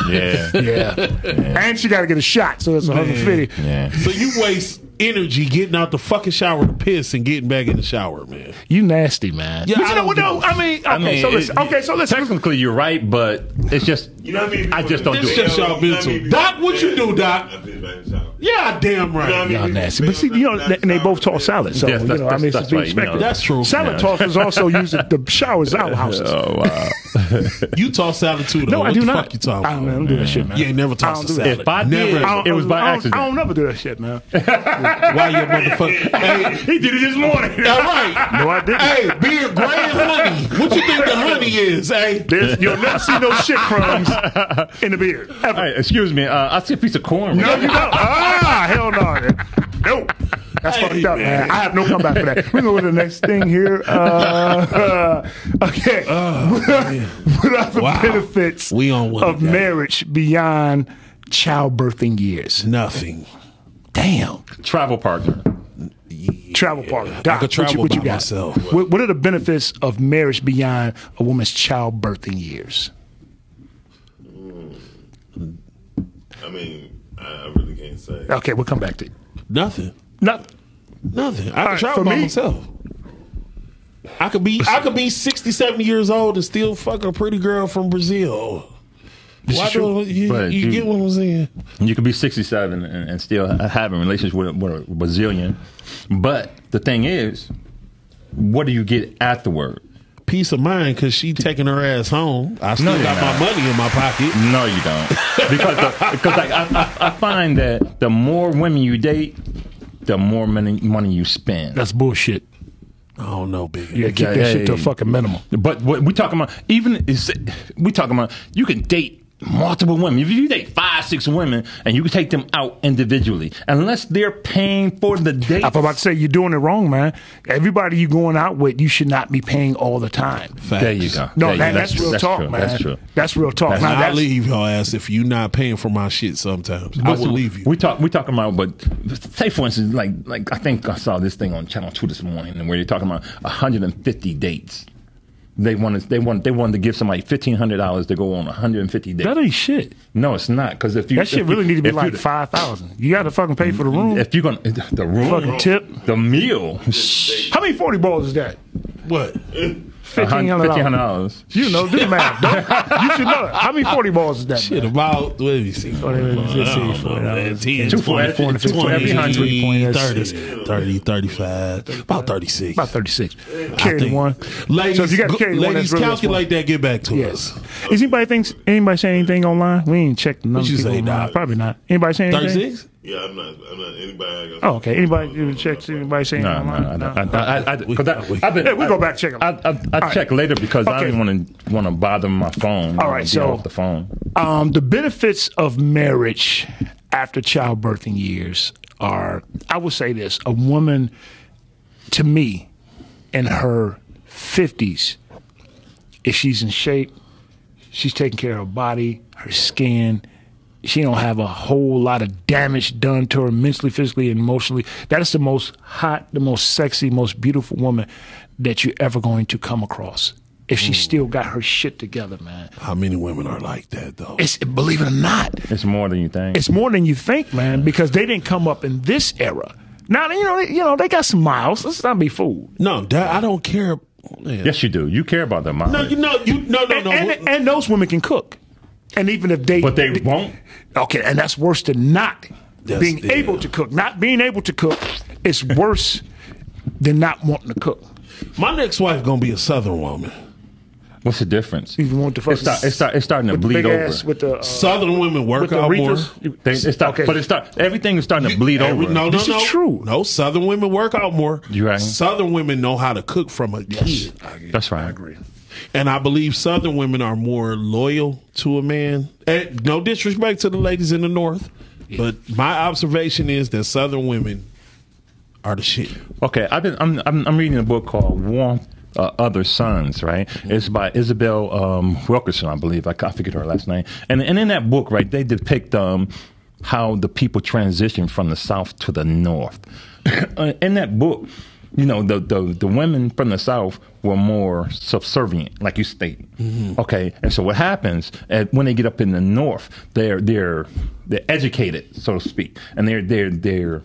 Speaker 5: Yeah.
Speaker 4: yeah. And she gotta get a shot, so it's one hundred fifty.
Speaker 5: yeah.
Speaker 3: So you waste energy getting out the fucking shower to piss and getting back in the shower, man.
Speaker 4: You nasty man.
Speaker 3: Yeah,
Speaker 4: but you
Speaker 3: I
Speaker 4: know
Speaker 3: don't
Speaker 4: what?
Speaker 3: give
Speaker 4: though?
Speaker 3: a-
Speaker 4: I mean, okay,
Speaker 5: I mean,
Speaker 4: so
Speaker 5: it-
Speaker 4: listen. okay, so listen.
Speaker 5: Technically, you're right, but it's just
Speaker 1: You know what I mean?
Speaker 5: I just don't do
Speaker 3: It's
Speaker 5: it.
Speaker 3: just y'all mental. Doc, what you do, Doc?
Speaker 1: I pissed back in the shower.
Speaker 3: Yeah, damn right.
Speaker 4: Y'all nasty. But see, you know, and they both toss salad, so
Speaker 5: Yes,
Speaker 4: you
Speaker 5: that's-
Speaker 4: know, I mean, it's
Speaker 5: that's
Speaker 4: to be
Speaker 5: right, you know.
Speaker 4: expected.
Speaker 3: That's true.
Speaker 4: Salad
Speaker 5: Yeah.
Speaker 4: toss is also used at the showers out houses.
Speaker 5: Oh wow!
Speaker 3: You toss salad too, though.
Speaker 4: No,
Speaker 3: what
Speaker 4: I do
Speaker 3: the
Speaker 4: not.
Speaker 3: Fuck you talking
Speaker 4: I don't, I
Speaker 3: about?
Speaker 4: don't do that shit, man.
Speaker 3: You ain't never
Speaker 4: I
Speaker 3: tossed
Speaker 4: don't
Speaker 3: a
Speaker 4: do
Speaker 3: salad.
Speaker 4: that.
Speaker 5: if I
Speaker 3: Never.
Speaker 5: did,
Speaker 4: I don't-
Speaker 5: it was by
Speaker 4: I don't- I
Speaker 5: accident.
Speaker 4: don't never do that shit, man.
Speaker 3: Why you motherfucker? hey,
Speaker 4: he did it this morning.
Speaker 3: all right.
Speaker 4: No, I didn't.
Speaker 3: Hey, beer, gray, and honey. What you think the honey is? eh? Hey,
Speaker 4: There's, you'll never see no shit crumbs in the beard. Ever.
Speaker 5: Hey, excuse me. Uh, I see a piece of corn.
Speaker 4: No,
Speaker 5: right
Speaker 4: you don't. Ah, hell no. man. No. That's
Speaker 3: Hey,
Speaker 4: fucked up, man.
Speaker 3: man.
Speaker 4: I have no comeback for that. We're going to go to the next thing here. Uh, okay. what are the
Speaker 3: Wow.
Speaker 4: benefits
Speaker 3: We on one
Speaker 4: of
Speaker 3: today.
Speaker 4: marriage beyond childbirthing years?
Speaker 3: nothing.
Speaker 4: Damn.
Speaker 5: there. Travel partner.
Speaker 4: Travel partner.
Speaker 3: I
Speaker 4: Doc, what
Speaker 3: could
Speaker 4: you,
Speaker 3: travel
Speaker 4: what you
Speaker 3: by
Speaker 4: got?
Speaker 3: myself.
Speaker 4: What, what are the benefits of marriage beyond a woman's childbirthing years?
Speaker 1: I mean, I, I really can't say.
Speaker 4: Okay, we'll come back to you.
Speaker 3: Nothing.
Speaker 4: Nothing.
Speaker 3: Nothing. I
Speaker 4: right,
Speaker 3: can travel
Speaker 4: for
Speaker 3: by
Speaker 4: me-
Speaker 3: myself. I could be I could be 60, 70 years old and still fuck a pretty girl from Brazil. Why do you,
Speaker 5: But,
Speaker 3: you
Speaker 5: dude.
Speaker 3: get what I'm saying?
Speaker 5: You could be 67 and, and still ha- having relations with, a- with a Brazilian, but the thing is, what do you get afterward?
Speaker 3: Peace of mind because she taking her ass home. I still
Speaker 5: you're
Speaker 3: got my money in my pocket.
Speaker 5: No, you don't. Because the, because like, I, I, I find that the more women you date, the more money money you spend.
Speaker 4: That's bullshit.
Speaker 3: I don't know, big.
Speaker 4: Yeah, keep that shit to a fucking minimum.
Speaker 5: But what we talking about, even is we talking about, you can date multiple women. If you date five, six women, and you can take them out individually, unless they're paying for the date.
Speaker 4: I'm about to say you're doing it wrong, man. Everybody you going out with, you should not be paying all the time.
Speaker 5: There you go.
Speaker 4: No,
Speaker 5: There
Speaker 4: that,
Speaker 5: you go.
Speaker 4: that's,
Speaker 5: That's-
Speaker 4: real
Speaker 5: that's
Speaker 4: talk,
Speaker 5: true.
Speaker 4: man.
Speaker 5: That's
Speaker 4: That's,
Speaker 5: true.
Speaker 4: real talk. Now,
Speaker 3: I
Speaker 4: that's-
Speaker 3: leave your ass if you not paying for my shit. Sometimes I
Speaker 5: What's
Speaker 3: will
Speaker 5: the-
Speaker 3: leave you.
Speaker 5: We talk. We talking about, but say for instance, like like I think I saw this thing on Channel Two this morning, where they're talking about 150 dates. They wanted they want they wanted to give somebody fifteen hundred dollars to go on 150 dates. That
Speaker 4: ain't shit.
Speaker 5: No, it's not because if you
Speaker 4: that shit
Speaker 5: if you-
Speaker 4: really need to be
Speaker 5: if you-
Speaker 4: like five thousand. You
Speaker 3: Mm-hmm.
Speaker 4: got to fucking pay for the room.
Speaker 5: If you're gonna the room,
Speaker 4: Fucking tip.
Speaker 5: the meal,
Speaker 4: How many forty balls is that?
Speaker 3: What?
Speaker 4: Fifteen hundred dollars.
Speaker 5: dollars.
Speaker 4: You know, do the math. don't- you should know. it. How many forty balls is that?
Speaker 3: Shit, about let me see.
Speaker 4: Oh, let me just see.
Speaker 3: Two for every-
Speaker 4: 20,
Speaker 3: two for
Speaker 4: 20,
Speaker 3: every hundred.
Speaker 4: 20,
Speaker 3: 30, 30, 35, about 36. About
Speaker 4: 36.
Speaker 3: Carry the
Speaker 4: one.
Speaker 3: Ladies,
Speaker 4: So if you gotta
Speaker 3: go-
Speaker 4: carry the one,
Speaker 3: ladies
Speaker 4: that's really
Speaker 3: calculate that, get back to
Speaker 4: Yes.
Speaker 3: us.
Speaker 4: Is anybody thinks anybody saying anything online? We ain't checked the numbers.
Speaker 3: you say,
Speaker 4: online.
Speaker 3: Doc?
Speaker 4: Probably not. Anybody saying anything?
Speaker 15: Yeah, I'm not. I'm not anybody. I got
Speaker 4: Oh, okay. Anybody you checked anybody saying
Speaker 5: No, no,
Speaker 4: online?
Speaker 5: I, I, I, I, I, 'cause I, I've been-
Speaker 4: Hey, we'll go back check 'em.
Speaker 5: I, I, I
Speaker 4: All
Speaker 5: check
Speaker 4: right.
Speaker 5: later because I
Speaker 4: Okay.
Speaker 5: didn't want to want to bother my phone.
Speaker 4: All right,
Speaker 5: Get
Speaker 4: so-
Speaker 5: off the phone.
Speaker 4: Um, the benefits of marriage after childbirthing years are, I would say this: a woman, to me, in her fifties, if she's in shape, she's taking care of her body, her skin. She don't have a whole lot of damage done to her mentally, physically, and emotionally. That is the most hot, the most sexy, most beautiful woman that you're ever going to come across. If she still got her shit together, man.
Speaker 3: How many women are like that though?
Speaker 4: It's believe it or not,
Speaker 5: It's more than you think.
Speaker 4: it's more than you think, man, because they didn't come up in this era. Now you know, they, you know, they got some miles. Let's not be fooled.
Speaker 3: No, that, I don't care.
Speaker 5: Yes, you do. You care about the amount.
Speaker 3: No, you know, you no, no,
Speaker 4: and,
Speaker 3: no.
Speaker 4: and, and those women can cook, and even if they,
Speaker 5: But they won't.
Speaker 4: Okay, and that's worse than not
Speaker 3: That's-
Speaker 4: being
Speaker 3: yeah.
Speaker 4: able to cook. Not being able to cook is worse than not wanting to cook.
Speaker 3: My next wife gonna be a Southern woman.
Speaker 5: What's the difference?
Speaker 4: Even want to fucking
Speaker 5: It's start- it's start- it's starting to
Speaker 4: with the
Speaker 5: bleed
Speaker 4: big
Speaker 5: over.
Speaker 4: ass, with the uh,
Speaker 3: Southern women work
Speaker 4: with the
Speaker 3: out more.
Speaker 4: reefers.
Speaker 5: They, it start,
Speaker 4: Okay.
Speaker 5: But it start, everything is starting to bleed
Speaker 3: Every-
Speaker 5: over.
Speaker 3: No, no,
Speaker 5: This is
Speaker 3: no.
Speaker 5: true.
Speaker 3: No, Southern women work out more.
Speaker 5: You right.
Speaker 3: Southern women know how to cook from a kid.
Speaker 5: That's right. I agree.
Speaker 3: And I believe Southern women are more loyal to a man. And no disrespect to the ladies in the North, but my observation is that Southern women are the shit.
Speaker 5: Okay, I've been. I'm. I'm, I'm reading a book called Warm uh, Other Sons. Right. It's by Isabel um, Wilkerson, I believe. I, I forget her last name. And and in that book, right, they depict um, how the people transition from the South to the North. Uh, in that book, you know, the, the the women from the South were more subservient, like you stated. Okay, and so what happens at, when they get up in the North? They're they're they're educated, so to speak, and they're they're they're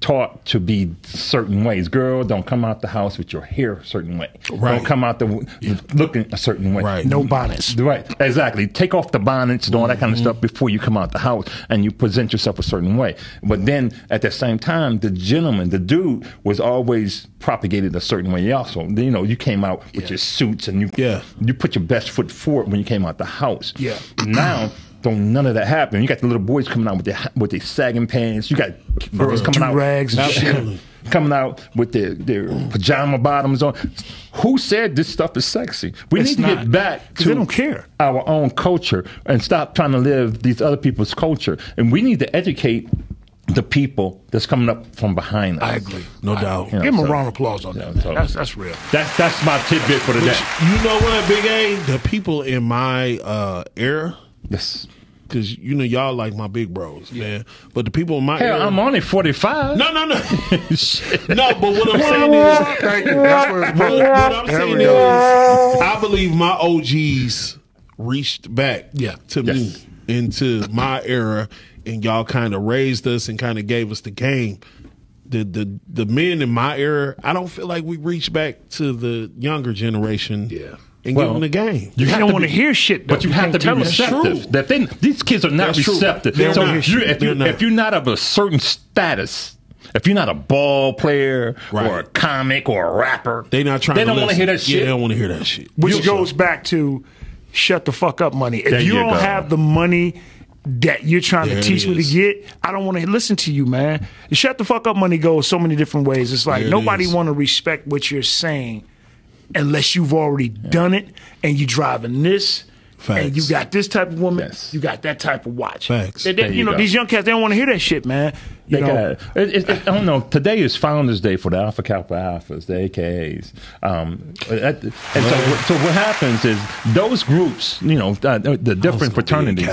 Speaker 5: taught to be certain ways. Girl, don't come out the house with your hair a certain way.
Speaker 3: Right.
Speaker 5: Don't come out the w- looking a certain way.
Speaker 3: Right.
Speaker 4: no bonnets.
Speaker 5: Right, exactly. Take off the bonnets and all that
Speaker 4: Mm-hmm.
Speaker 5: kind of stuff before you come out the house and you present yourself a certain way. But then at the same time, the gentleman, the dude, was always propagated a certain way also. You know, you came out with your suits and you
Speaker 3: Yeah.
Speaker 5: you put your best foot forward when you came out the house.
Speaker 4: Yeah.
Speaker 5: Now don't none of that happen. You got the little boys coming out with their with their sagging pants. You got girls coming out
Speaker 4: do-rags and shit.
Speaker 5: coming out with their, their pajama bottoms on. Who said this stuff is sexy? We
Speaker 4: It's
Speaker 5: need to
Speaker 4: not.
Speaker 5: get back
Speaker 4: 'Cause
Speaker 5: to
Speaker 4: they don't care.
Speaker 5: our own culture and stop trying to live these other people's culture. And we need to educate the people that's coming up from behind us.
Speaker 4: I agree.
Speaker 3: No doubt.
Speaker 4: Give him a
Speaker 5: so-
Speaker 4: round of applause on that. man.
Speaker 5: so-
Speaker 4: That's that's real.
Speaker 5: That's that's my tidbit for today.
Speaker 3: You know what, Big A? The people in my uh, era,
Speaker 5: Yes.
Speaker 3: because you know y'all like my big bros, man. But the people in my
Speaker 5: Hell,
Speaker 3: era,
Speaker 5: I'm only 45.
Speaker 3: no, no, no.
Speaker 5: Shit.
Speaker 3: No, but what I'm saying is,
Speaker 4: Thank you. That's what it's
Speaker 3: what,
Speaker 4: supposed
Speaker 3: what
Speaker 4: to be.
Speaker 3: I'm saying is, I believe my OGs reached back
Speaker 4: Yeah.
Speaker 3: to
Speaker 5: Yes.
Speaker 3: me into my era, and y'all kind of raised us and kind of gave us the game. The, the the men in my era, I don't feel like we reached back to the younger generation. Yeah. And
Speaker 5: Well,
Speaker 3: give them the game.
Speaker 4: You
Speaker 5: have
Speaker 4: don't
Speaker 5: to
Speaker 4: want to
Speaker 5: be-
Speaker 4: hear shit, though.
Speaker 5: But you
Speaker 4: can't
Speaker 5: have to be
Speaker 4: tell 'em shit.
Speaker 3: That's
Speaker 5: receptive.
Speaker 3: true.
Speaker 5: That thing, these kids are not
Speaker 3: That's true.
Speaker 5: receptive.
Speaker 3: They're
Speaker 5: so
Speaker 3: not.
Speaker 5: You, if,
Speaker 3: They're
Speaker 5: you,
Speaker 3: not.
Speaker 5: if you're not of a certain status, if you're not a ball player
Speaker 3: Right.
Speaker 5: or a comic or a rapper,
Speaker 3: They not trying.
Speaker 5: They don't
Speaker 3: to
Speaker 5: want
Speaker 3: listen.
Speaker 5: to hear that
Speaker 3: Yeah,
Speaker 5: shit.
Speaker 3: they don't want to hear that shit.
Speaker 4: Which
Speaker 3: You-
Speaker 4: goes back to shut the fuck up money. If
Speaker 5: There
Speaker 4: you
Speaker 5: you
Speaker 4: don't
Speaker 5: go.
Speaker 4: have the money that you're trying
Speaker 3: There
Speaker 4: to
Speaker 3: it
Speaker 4: teach me to
Speaker 3: is.
Speaker 4: get, I don't want to listen to you, man. The Shut the fuck up money goes so many different ways. It's like
Speaker 3: There it
Speaker 4: nobody
Speaker 3: is.
Speaker 4: want to respect what you're saying unless you've already done it and you driving this And you got this type of woman, you got that type of watch.
Speaker 3: Facts.
Speaker 4: They- they-
Speaker 5: There
Speaker 4: you
Speaker 5: you
Speaker 4: know,
Speaker 5: go.
Speaker 4: these young cats, they don't want to hear that shit, man. You
Speaker 5: They
Speaker 4: know,
Speaker 5: got- it- it- it- I don't know. Today is Founders Day for the Alpha Kappa Alphas, the AKAs. Um, that- and so, what- so what happens is those groups, you know, uh, the different fraternities.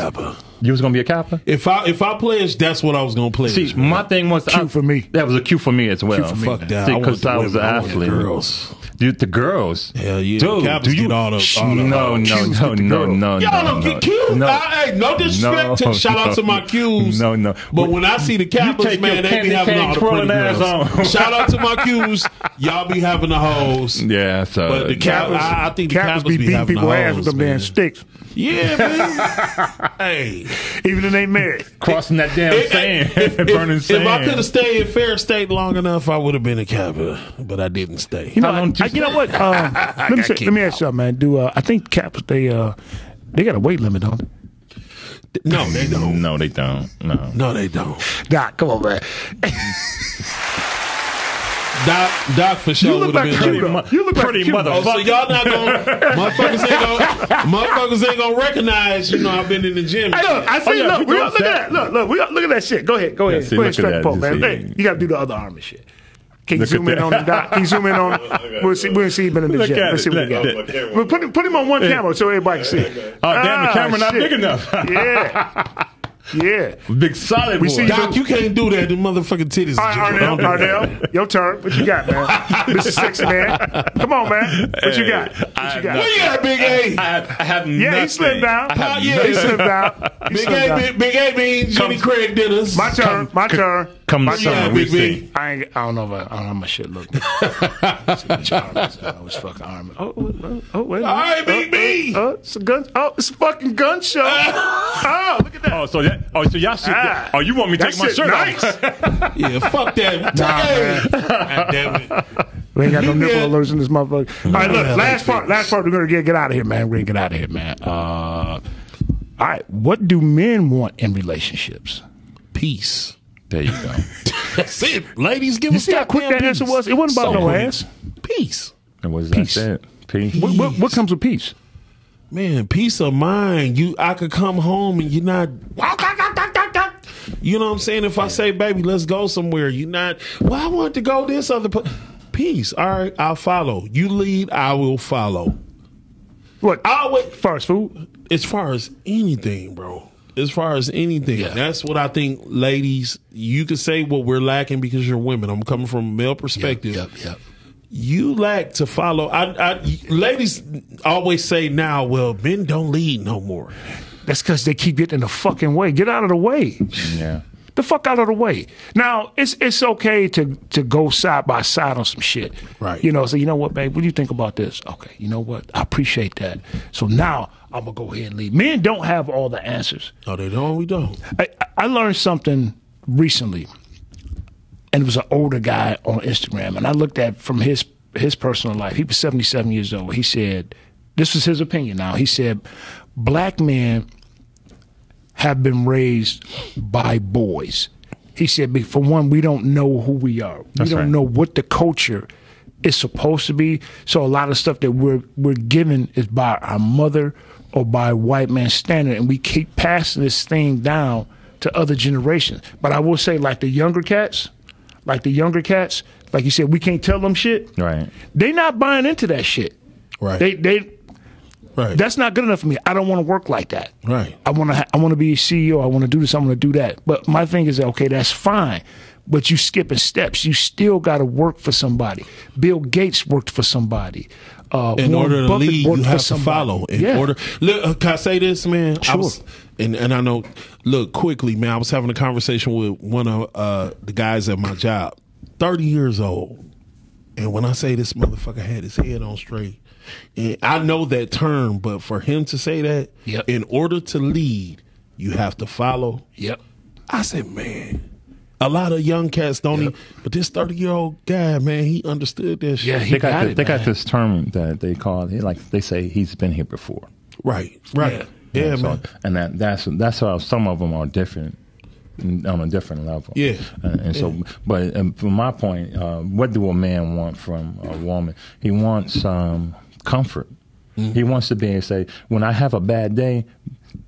Speaker 5: You was gonna be a Kappa.
Speaker 3: If I if I pledged, that's what I was gonna pledge.
Speaker 5: See, my thing was cue for
Speaker 4: me.
Speaker 5: That was a cue for me as well.
Speaker 3: Cue for me. Fuck that. I want
Speaker 5: because
Speaker 3: the
Speaker 5: I, was an
Speaker 3: women. I want the
Speaker 5: athlete.
Speaker 3: girls.
Speaker 5: Dude, the girls. Hell
Speaker 3: yeah.
Speaker 5: Dude,
Speaker 3: Kappas
Speaker 5: do you
Speaker 3: get all the-
Speaker 5: Shh,
Speaker 3: all the-
Speaker 5: no,
Speaker 3: all the
Speaker 5: no,
Speaker 3: cues
Speaker 5: no,
Speaker 3: with the
Speaker 5: no,
Speaker 3: girls.
Speaker 5: no,
Speaker 3: Y'all
Speaker 5: no,
Speaker 3: don't
Speaker 5: no,
Speaker 3: get cues?
Speaker 5: No,
Speaker 3: I- hey, no disrespect to- shout out to my cues.
Speaker 5: No, no.
Speaker 3: But when I see the Kappas,
Speaker 5: take your
Speaker 3: man, they be
Speaker 5: candy
Speaker 3: having all
Speaker 5: cane
Speaker 3: the pretty
Speaker 5: twirling ass on.
Speaker 3: girls. Shout out to my Qs. Y'all be having the hoes.
Speaker 5: Yeah, uh, so
Speaker 3: But the Kappas, I, I think the Kappas,
Speaker 4: be beating
Speaker 3: having
Speaker 4: people
Speaker 3: the
Speaker 4: ass
Speaker 3: hoes,
Speaker 4: with them damn
Speaker 3: man.
Speaker 4: sticks.
Speaker 3: Yeah, man. hey.
Speaker 4: Even if they married.
Speaker 5: Crossing that damn
Speaker 3: If-
Speaker 5: sand, burning
Speaker 3: If,
Speaker 5: sand.
Speaker 3: if I could have stayed in Fair State long enough, I would have been a Kappa, but I didn't stay.
Speaker 4: You know, I, you know what? Um, let, me say, let me ask y'all, man. Do uh, I think Caps they uh, they got a weight limit on it?
Speaker 3: No, they don't.
Speaker 5: No, they don't. No.
Speaker 3: No, they don't.
Speaker 4: Doc, come on, man.
Speaker 3: Doc, Doc for sure
Speaker 5: look
Speaker 3: would have
Speaker 5: like
Speaker 3: been
Speaker 5: Cuba.
Speaker 3: there.
Speaker 5: You look like Pretty Cuba.
Speaker 3: Oh, so
Speaker 5: motherfucker.
Speaker 3: y'all not gonna motherfuckers ain't gonna motherfuckers ain't gonna recognize. You know, I've been in the gym.
Speaker 4: Hey, look, I see.
Speaker 3: Oh, yeah,
Speaker 4: look,
Speaker 3: we
Speaker 4: we
Speaker 3: doing
Speaker 4: all, look at that. Look, look, we all, look at that shit. Go ahead, go
Speaker 5: Yeah,
Speaker 4: ahead,
Speaker 5: see,
Speaker 4: go
Speaker 5: look
Speaker 4: ahead,
Speaker 5: at
Speaker 4: straight the
Speaker 5: that.
Speaker 4: pole,
Speaker 5: You
Speaker 4: man.
Speaker 5: see.
Speaker 4: Hey, you got to do the other arm and shit. Can you
Speaker 5: Look at
Speaker 4: zoom in
Speaker 5: that.
Speaker 4: on the doc? Can you zoom in on? We'll see. We'll see. You've been in the
Speaker 5: Look
Speaker 4: gym.
Speaker 5: at
Speaker 4: Let's see
Speaker 5: it.
Speaker 4: what we got.
Speaker 5: Look at it.
Speaker 4: Well, put him, put him on one camera so everybody can see. Oh,
Speaker 5: damn, the camera not big enough.
Speaker 4: yeah, yeah.
Speaker 5: Big solid
Speaker 4: We
Speaker 5: boy.
Speaker 4: see
Speaker 3: Doc, you can't do that. The motherfucking titties.
Speaker 4: All right, Arnell, Arnell, your turn. What you got, man? Mr. Sexy Man, come on, man. What you got? What you got?
Speaker 3: Where you at, Oh, Big A?
Speaker 5: I have, I have
Speaker 4: Yeah,
Speaker 5: nothing.
Speaker 4: he slimmed down.
Speaker 5: I have
Speaker 4: yeah, he
Speaker 5: nothing.
Speaker 4: slimmed down. He
Speaker 3: Big
Speaker 4: slimmed
Speaker 3: A,
Speaker 4: down.
Speaker 3: Big- Big A means Jenny Craig dinners.
Speaker 4: My turn. my turn.
Speaker 5: come
Speaker 4: my
Speaker 5: the summer,
Speaker 4: turn.
Speaker 5: we see.
Speaker 4: I, ain't, I don't know if I, I don't know how my shit look. See which arm is- I don't know which fucking arm. Oh, oh, oh, oh wait.
Speaker 3: All right, Big B.
Speaker 4: Oh, it's a gun. Oh, it's a fucking gun show. oh, look at that.
Speaker 5: Oh, so that, oh, so y'all see,
Speaker 4: Ah.
Speaker 5: oh, you want me to
Speaker 4: That
Speaker 5: take my
Speaker 4: shit
Speaker 5: shirt
Speaker 4: nice.
Speaker 5: off?
Speaker 3: Yeah, fuck that.
Speaker 4: Nah, man.
Speaker 3: Take A. God damn it.
Speaker 4: We ain't got no
Speaker 3: Yeah.
Speaker 4: nipple alerts in this motherfucker. All right,
Speaker 3: Yeah,
Speaker 4: look,
Speaker 3: that's
Speaker 4: last part. Last part. We're gonna get get out of here, man. We're gonna get out of here, man. Uh, all right. What do men want in relationships?
Speaker 3: Peace.
Speaker 5: There you go.
Speaker 3: That's it, ladies. Give
Speaker 4: You
Speaker 3: us
Speaker 4: see how
Speaker 3: goddamn
Speaker 4: quick that
Speaker 3: peace.
Speaker 4: answer was? It wasn't about
Speaker 3: So
Speaker 4: no
Speaker 3: quick.
Speaker 4: ass.
Speaker 3: Peace.
Speaker 5: And was that it? Peace.
Speaker 4: What, what, what comes with peace?
Speaker 3: Man, peace of mind. You, I could come home and you're not. You know what I'm saying? If I say, "Baby, let's go somewhere," you're not. Well, I want to go this other place. Peace. All right, I'll follow. You lead, I will follow.
Speaker 4: What?
Speaker 3: I always,
Speaker 4: Fast food.
Speaker 3: as far as anything, bro. As far as anything, that's what I think, ladies. You can say what we're lacking because you're women. I'm coming from a male perspective
Speaker 6: Yep, yep.
Speaker 3: you lack to follow. I, I, ladies always say now, well, men don't lead no more.
Speaker 4: That's because they keep getting in the fucking way. Get out of the way.
Speaker 5: Yeah.
Speaker 4: The fuck out of the way. Now it's it's okay to to go side by side on some shit.
Speaker 3: Right.
Speaker 4: You know. So you know what, babe? What do you think about this? Okay. You know what? I appreciate that. So now I'm gonna go ahead and leave. Men don't have all the answers.
Speaker 3: No, they don't. We don't.
Speaker 4: I, I learned something recently, and it was an older guy on Instagram, and I looked at from his his personal life. He was seventy seven years old. He said, "This is his opinion." Now he said, "Black men have been raised by boys." He said, "Be- "For one, we don't know who we are.
Speaker 5: That's
Speaker 4: we don't
Speaker 5: right.
Speaker 4: know what the culture." is supposed to be so a lot of stuff that we're we're given is by our mother or by white man standard and we keep passing this thing down to other generations but i will say like the younger cats like the younger cats like you said we can't tell them shit
Speaker 5: Right.
Speaker 4: they not buying into that shit
Speaker 3: Right.
Speaker 4: they they
Speaker 3: right.
Speaker 4: that's not good enough for me i don't want to work like that
Speaker 3: right.
Speaker 4: I want to. Ha- I want to be a CEO. I want to do this. I want to do that. But my thing is, okay, that's fine. But you skipping steps. You still got to work for somebody. Bill Gates worked for somebody. Uh,
Speaker 3: In
Speaker 4: Warren
Speaker 3: order to
Speaker 4: Buffett
Speaker 3: lead,
Speaker 4: worked
Speaker 3: you
Speaker 4: for
Speaker 3: have to
Speaker 4: somebody.
Speaker 3: follow. In
Speaker 4: yeah.
Speaker 3: order, look, uh, can I say this, man? I
Speaker 4: Sure.
Speaker 3: was, and and I know. Look, quickly, man. I was having a conversation with one of uh, the guys at my job, thirty years old, and when I say this motherfucker had his head on straight, and I know that term, but for him to say that,
Speaker 6: Yep.
Speaker 3: in order to lead, you have to follow.
Speaker 6: Yep.
Speaker 3: I said, man, a lot of young cats don't. Even, but this thirty year old guy, man, he understood that shit.
Speaker 4: Yeah, he
Speaker 5: They got,
Speaker 4: got
Speaker 5: thi-
Speaker 4: it,
Speaker 5: they got
Speaker 4: man.
Speaker 5: this term that they call it, like they say he's been here before.
Speaker 3: Right, right. Yeah,
Speaker 5: so-
Speaker 3: man.
Speaker 5: And that, that's that's how some of them are different
Speaker 16: mm,
Speaker 5: on a different level.
Speaker 3: Yeah.
Speaker 5: And, and so, but um, from my point, uh, what do a man want from a woman? He wants um, comfort.
Speaker 3: Mm-hmm.
Speaker 16: He wants to be and say, when I have a bad day,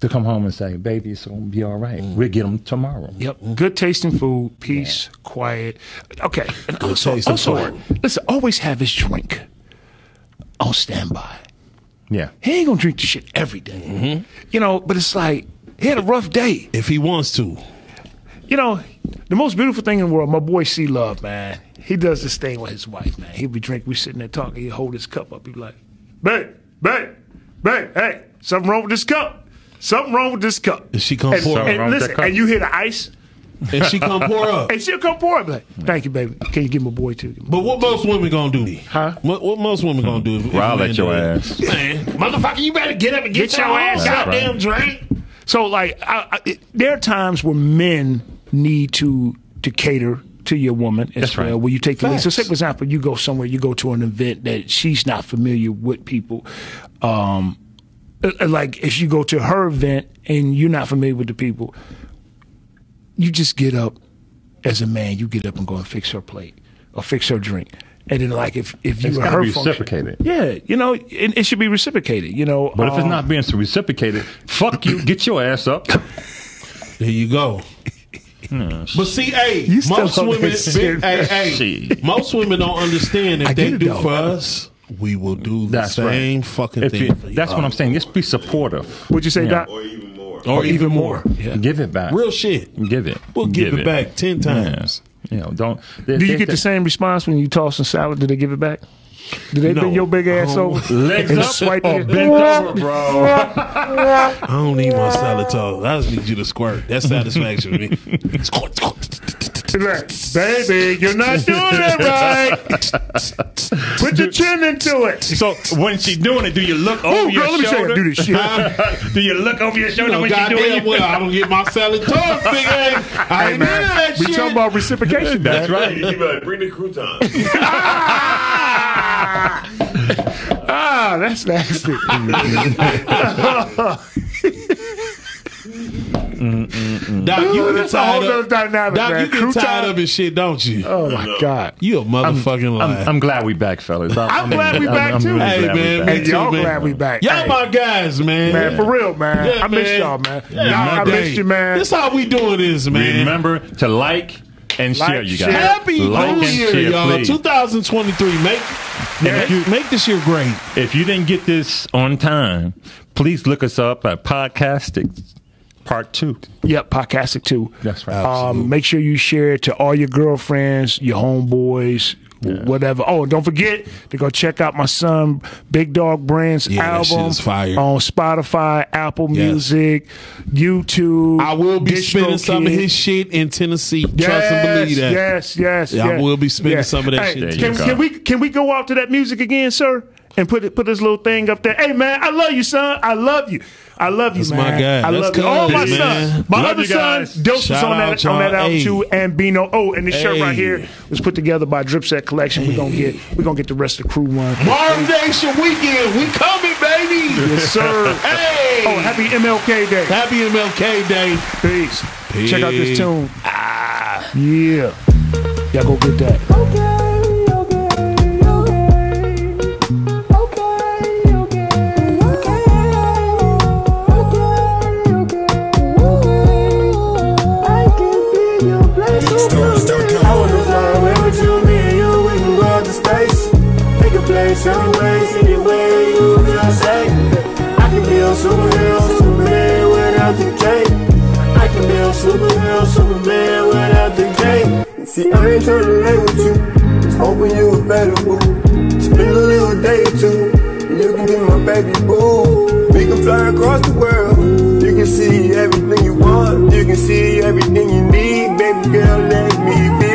Speaker 16: to come home and say, baby, it's gonna be all right.
Speaker 3: Mm.
Speaker 16: We'll get them tomorrow.
Speaker 4: Yep. Good tasting food, peace, quiet. Okay. And also,
Speaker 16: tasting
Speaker 4: also
Speaker 16: food.
Speaker 4: listen, always have his drink on standby.
Speaker 16: Yeah.
Speaker 4: He ain't gonna drink the shit every day. You know, but it's like he had a rough day.
Speaker 3: If he wants to.
Speaker 4: You know, the most beautiful thing in the world, my boy C Love, man, he does this thing with his wife, man. He'll be drinking, we sitting there talking, he'll hold his cup up, he'll be like, Babe, babe, babe, hey, something wrong with this cup. Something wrong with this cup.
Speaker 3: If she come
Speaker 4: and,
Speaker 3: pour up.
Speaker 4: and listen, and you hear the ice.
Speaker 3: If she come pour up.
Speaker 4: And she'll come pour up. Like, Thank you, baby. Can you give my boy too?
Speaker 3: But what most women gonna do? Huh? What, what most women gonna do? If, if
Speaker 16: Growl
Speaker 3: a
Speaker 16: at
Speaker 3: man
Speaker 16: your
Speaker 3: do that?
Speaker 16: ass.
Speaker 3: Man, motherfucker, you better get up and get,
Speaker 4: Get your ass
Speaker 3: own
Speaker 4: up.
Speaker 3: goddamn
Speaker 4: Right.
Speaker 3: drink.
Speaker 4: So like, I, I, it, there are times where men need to to cater to your woman as
Speaker 16: That's
Speaker 4: well.
Speaker 16: right.
Speaker 4: Where you take the lead. So,
Speaker 16: Facts.
Speaker 4: say for example, you go somewhere, you go to an event that she's not familiar with people. Um, uh, uh, like if you go to her event and you're not familiar with the people, you just get up as a man. You get up and go and fix her plate or fix her drink. And then, like if if you
Speaker 16: It's
Speaker 4: were
Speaker 16: gotta
Speaker 4: her
Speaker 16: be
Speaker 4: function-
Speaker 16: reciprocated.
Speaker 4: yeah, you know, it, it should be reciprocated. You know,
Speaker 16: But if it's
Speaker 4: um,
Speaker 16: not being reciprocated, fuck you. Get your ass up.
Speaker 3: There you go.
Speaker 16: Hmm.
Speaker 3: But see, hey,
Speaker 16: You still
Speaker 3: most
Speaker 16: on that
Speaker 3: women,
Speaker 16: shit,
Speaker 3: hey,
Speaker 16: man.
Speaker 3: hey,
Speaker 16: Shit.
Speaker 3: most women don't understand if
Speaker 16: I
Speaker 3: they
Speaker 16: get it,
Speaker 3: do
Speaker 16: though.
Speaker 3: for us, we will do the
Speaker 16: That's right.
Speaker 3: same fucking
Speaker 16: If
Speaker 3: thing.
Speaker 16: you-
Speaker 3: for you.
Speaker 16: that's what I'm saying. Just be supportive.
Speaker 4: Would you say
Speaker 16: Yeah.
Speaker 4: Doc?
Speaker 3: Or, even more.
Speaker 16: Give it back.
Speaker 3: Real shit.
Speaker 16: Give it.
Speaker 3: We'll give it back 10 times.
Speaker 16: Yeah. You know, don't.
Speaker 4: Do you get the same response when you toss a salad? Do they give it back? Do they
Speaker 3: No.
Speaker 4: bend your big ass
Speaker 3: Oh.
Speaker 4: over?
Speaker 3: Legs
Speaker 4: and
Speaker 3: up
Speaker 4: swipe
Speaker 3: or
Speaker 4: it?
Speaker 3: bent over, bro.
Speaker 1: Yeah.
Speaker 3: I don't need my salad toes. I just need you to squirt. That's satisfaction for me.
Speaker 4: Baby, you're not doing it right. Put your chin into it.
Speaker 16: So when she's doing it, do you look
Speaker 4: over Ooh, your girl, let me show you how to shoulder? do this shit.
Speaker 3: Ah,
Speaker 16: do you look over your
Speaker 3: You know, goddamn well, I don't get my salad toes, big ass. I ain't into that
Speaker 4: we
Speaker 3: shit.
Speaker 4: talking about reciprocation, man.
Speaker 15: You be like, bring the croutons.
Speaker 4: Ah, that's nasty.
Speaker 3: Doc, you
Speaker 4: Ooh,
Speaker 3: get
Speaker 4: that's a whole
Speaker 3: tired of
Speaker 4: nother dynamic,
Speaker 3: Doc,
Speaker 4: man.
Speaker 3: you get tired
Speaker 4: Crouton-
Speaker 3: of his shit, don't you?
Speaker 4: Oh my God.
Speaker 3: You a motherfucking liar.
Speaker 16: I'm, I'm glad we back, fellas.
Speaker 4: I'm glad we back too.
Speaker 3: hey
Speaker 16: glad we back.
Speaker 3: man, me
Speaker 4: And y'all
Speaker 3: too, man.
Speaker 4: glad we back.
Speaker 3: Y'all
Speaker 4: Hey.
Speaker 3: my guys, man.
Speaker 4: Man, for real, man.
Speaker 3: Yeah,
Speaker 4: I miss
Speaker 3: man.
Speaker 4: y'all, man.
Speaker 3: Yeah,
Speaker 4: y'all, I
Speaker 3: my
Speaker 4: miss
Speaker 3: day.
Speaker 4: you, man.
Speaker 3: This how we doing this, man.
Speaker 16: Remember to like and
Speaker 4: Like,
Speaker 16: share, you guys.
Speaker 4: share.
Speaker 3: Happy
Speaker 16: like
Speaker 3: New
Speaker 16: and
Speaker 3: Year,
Speaker 16: share,
Speaker 3: y'all.
Speaker 16: please.
Speaker 3: 2023. Make make, you, make this year great.
Speaker 16: If you didn't get this on time, please look us up at Podcastic Part Two.
Speaker 4: Yep, podcastic too.
Speaker 16: That's right.
Speaker 4: Um, make sure you share it to all your girlfriends, your homeboys, whatever. Oh, and don't forget to go check out my son Big Dog Brand's
Speaker 3: Yeah, that
Speaker 4: album
Speaker 3: shit is fire.
Speaker 4: on Spotify, Apple
Speaker 3: Yes.
Speaker 4: Music, YouTube.
Speaker 3: I will be
Speaker 4: DistroKid.
Speaker 3: spinning some of his shit in Tennessee. Trust and believe that.
Speaker 4: Yes, yes,
Speaker 3: Yeah, I
Speaker 4: yes,
Speaker 3: will be spinning some of that
Speaker 4: Hey,
Speaker 3: shit. There
Speaker 4: Can,
Speaker 3: you go.
Speaker 4: can we can we go out to that music again, sir? And put it, put this little thing up there. Hey man, I love you, son. I love you. I love you,
Speaker 3: That's
Speaker 4: man.
Speaker 3: my guy.
Speaker 4: I love
Speaker 3: That's
Speaker 4: you. Oh, my
Speaker 3: Cubs, man.
Speaker 4: son, my
Speaker 3: Love
Speaker 4: other
Speaker 3: you
Speaker 4: son,
Speaker 3: guys.
Speaker 4: Dose was
Speaker 3: Shout
Speaker 4: on that
Speaker 3: out,
Speaker 4: on that
Speaker 3: y'all.
Speaker 4: album
Speaker 3: Hey.
Speaker 4: too, and Bino. Oh, and this shirt right
Speaker 3: Hey.
Speaker 4: here was put together by Dripset Collection. We're gonna get we gonna get the rest of the crew one.
Speaker 3: Marv Nation weekend, we coming, baby.
Speaker 4: Yes, sir.
Speaker 3: Hey.
Speaker 4: Oh, happy MLK Day.
Speaker 3: Happy MLK Day.
Speaker 4: Peace. Check out this
Speaker 3: Peace.
Speaker 4: tune. Ah, yeah. Y'all go get that.
Speaker 1: I wanna fly away with you, me and you, we can go out to space. Pick a place, anyways, anywhere you feel safe. I can be a superhero, superman without the cape. I can be a superhero, superman without the cape. See, I ain't trying to lay with you. Hoping you available. Spend a little day or two. and You can be my baby boo. We can fly across the world. You can see everything you want. You can see everything you need. Baby girl, let me be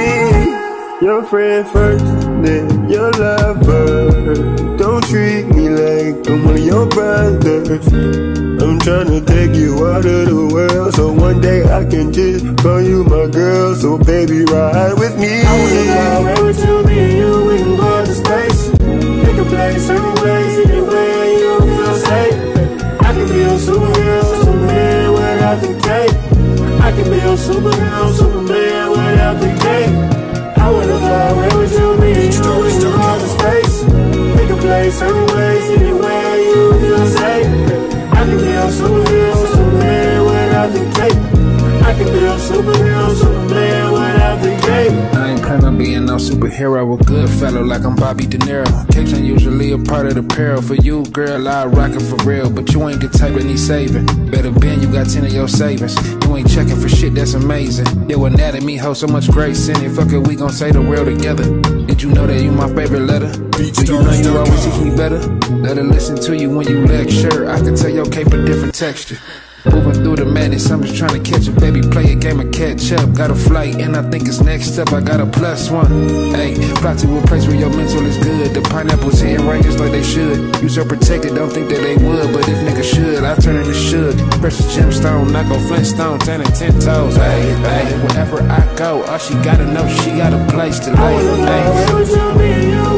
Speaker 1: your friend first, then your lover. Don't treat me like I'm one of your brothers. I'm trying to take you out of the world so one day I can just call you my girl. So baby, ride with me. I wanna fly away with you, me and you, we can go to space. Pick a place, any place, anywhere you feel safe. I can be a superhero, superman without the cape. I can be a superhero, superman without the cape. I wanna fly away with you, me and you, we can go to space. Pick a place, any place, anywhere you superhero, Superman without the cape.
Speaker 2: I ain't plan on being no superhero, a good fellow like I'm Bobby De Niro. Cape's usually a part of the peril for you, girl. I rock it for real, but you ain't the type that need saving. Better bend, you got 10 of your savings. You ain't checking for shit, that's amazing. Yo, anatomy holds so much grace in it. Fuck it, we gon' say the world together. Did you know that you my favorite letter? Do you know you always teach me better? Let her listen to you when you lecture. I can tell your cape a different texture. Moving through the madness, I'm just trying to catch it, baby. Play a game of catch up. Got a flight, and I think it's next up. I got a plus one. Hey, plot to a place where your mental is good. The pineapples hitting right just like they should. You so protected, don't think that they would. But if niggas should, I turn into should. Precious gemstone, knock on flintstone, ten and ten toes. Hey, hey, wherever I go, all she gotta know, she got a place to lay. Hey,
Speaker 1: Every time me and you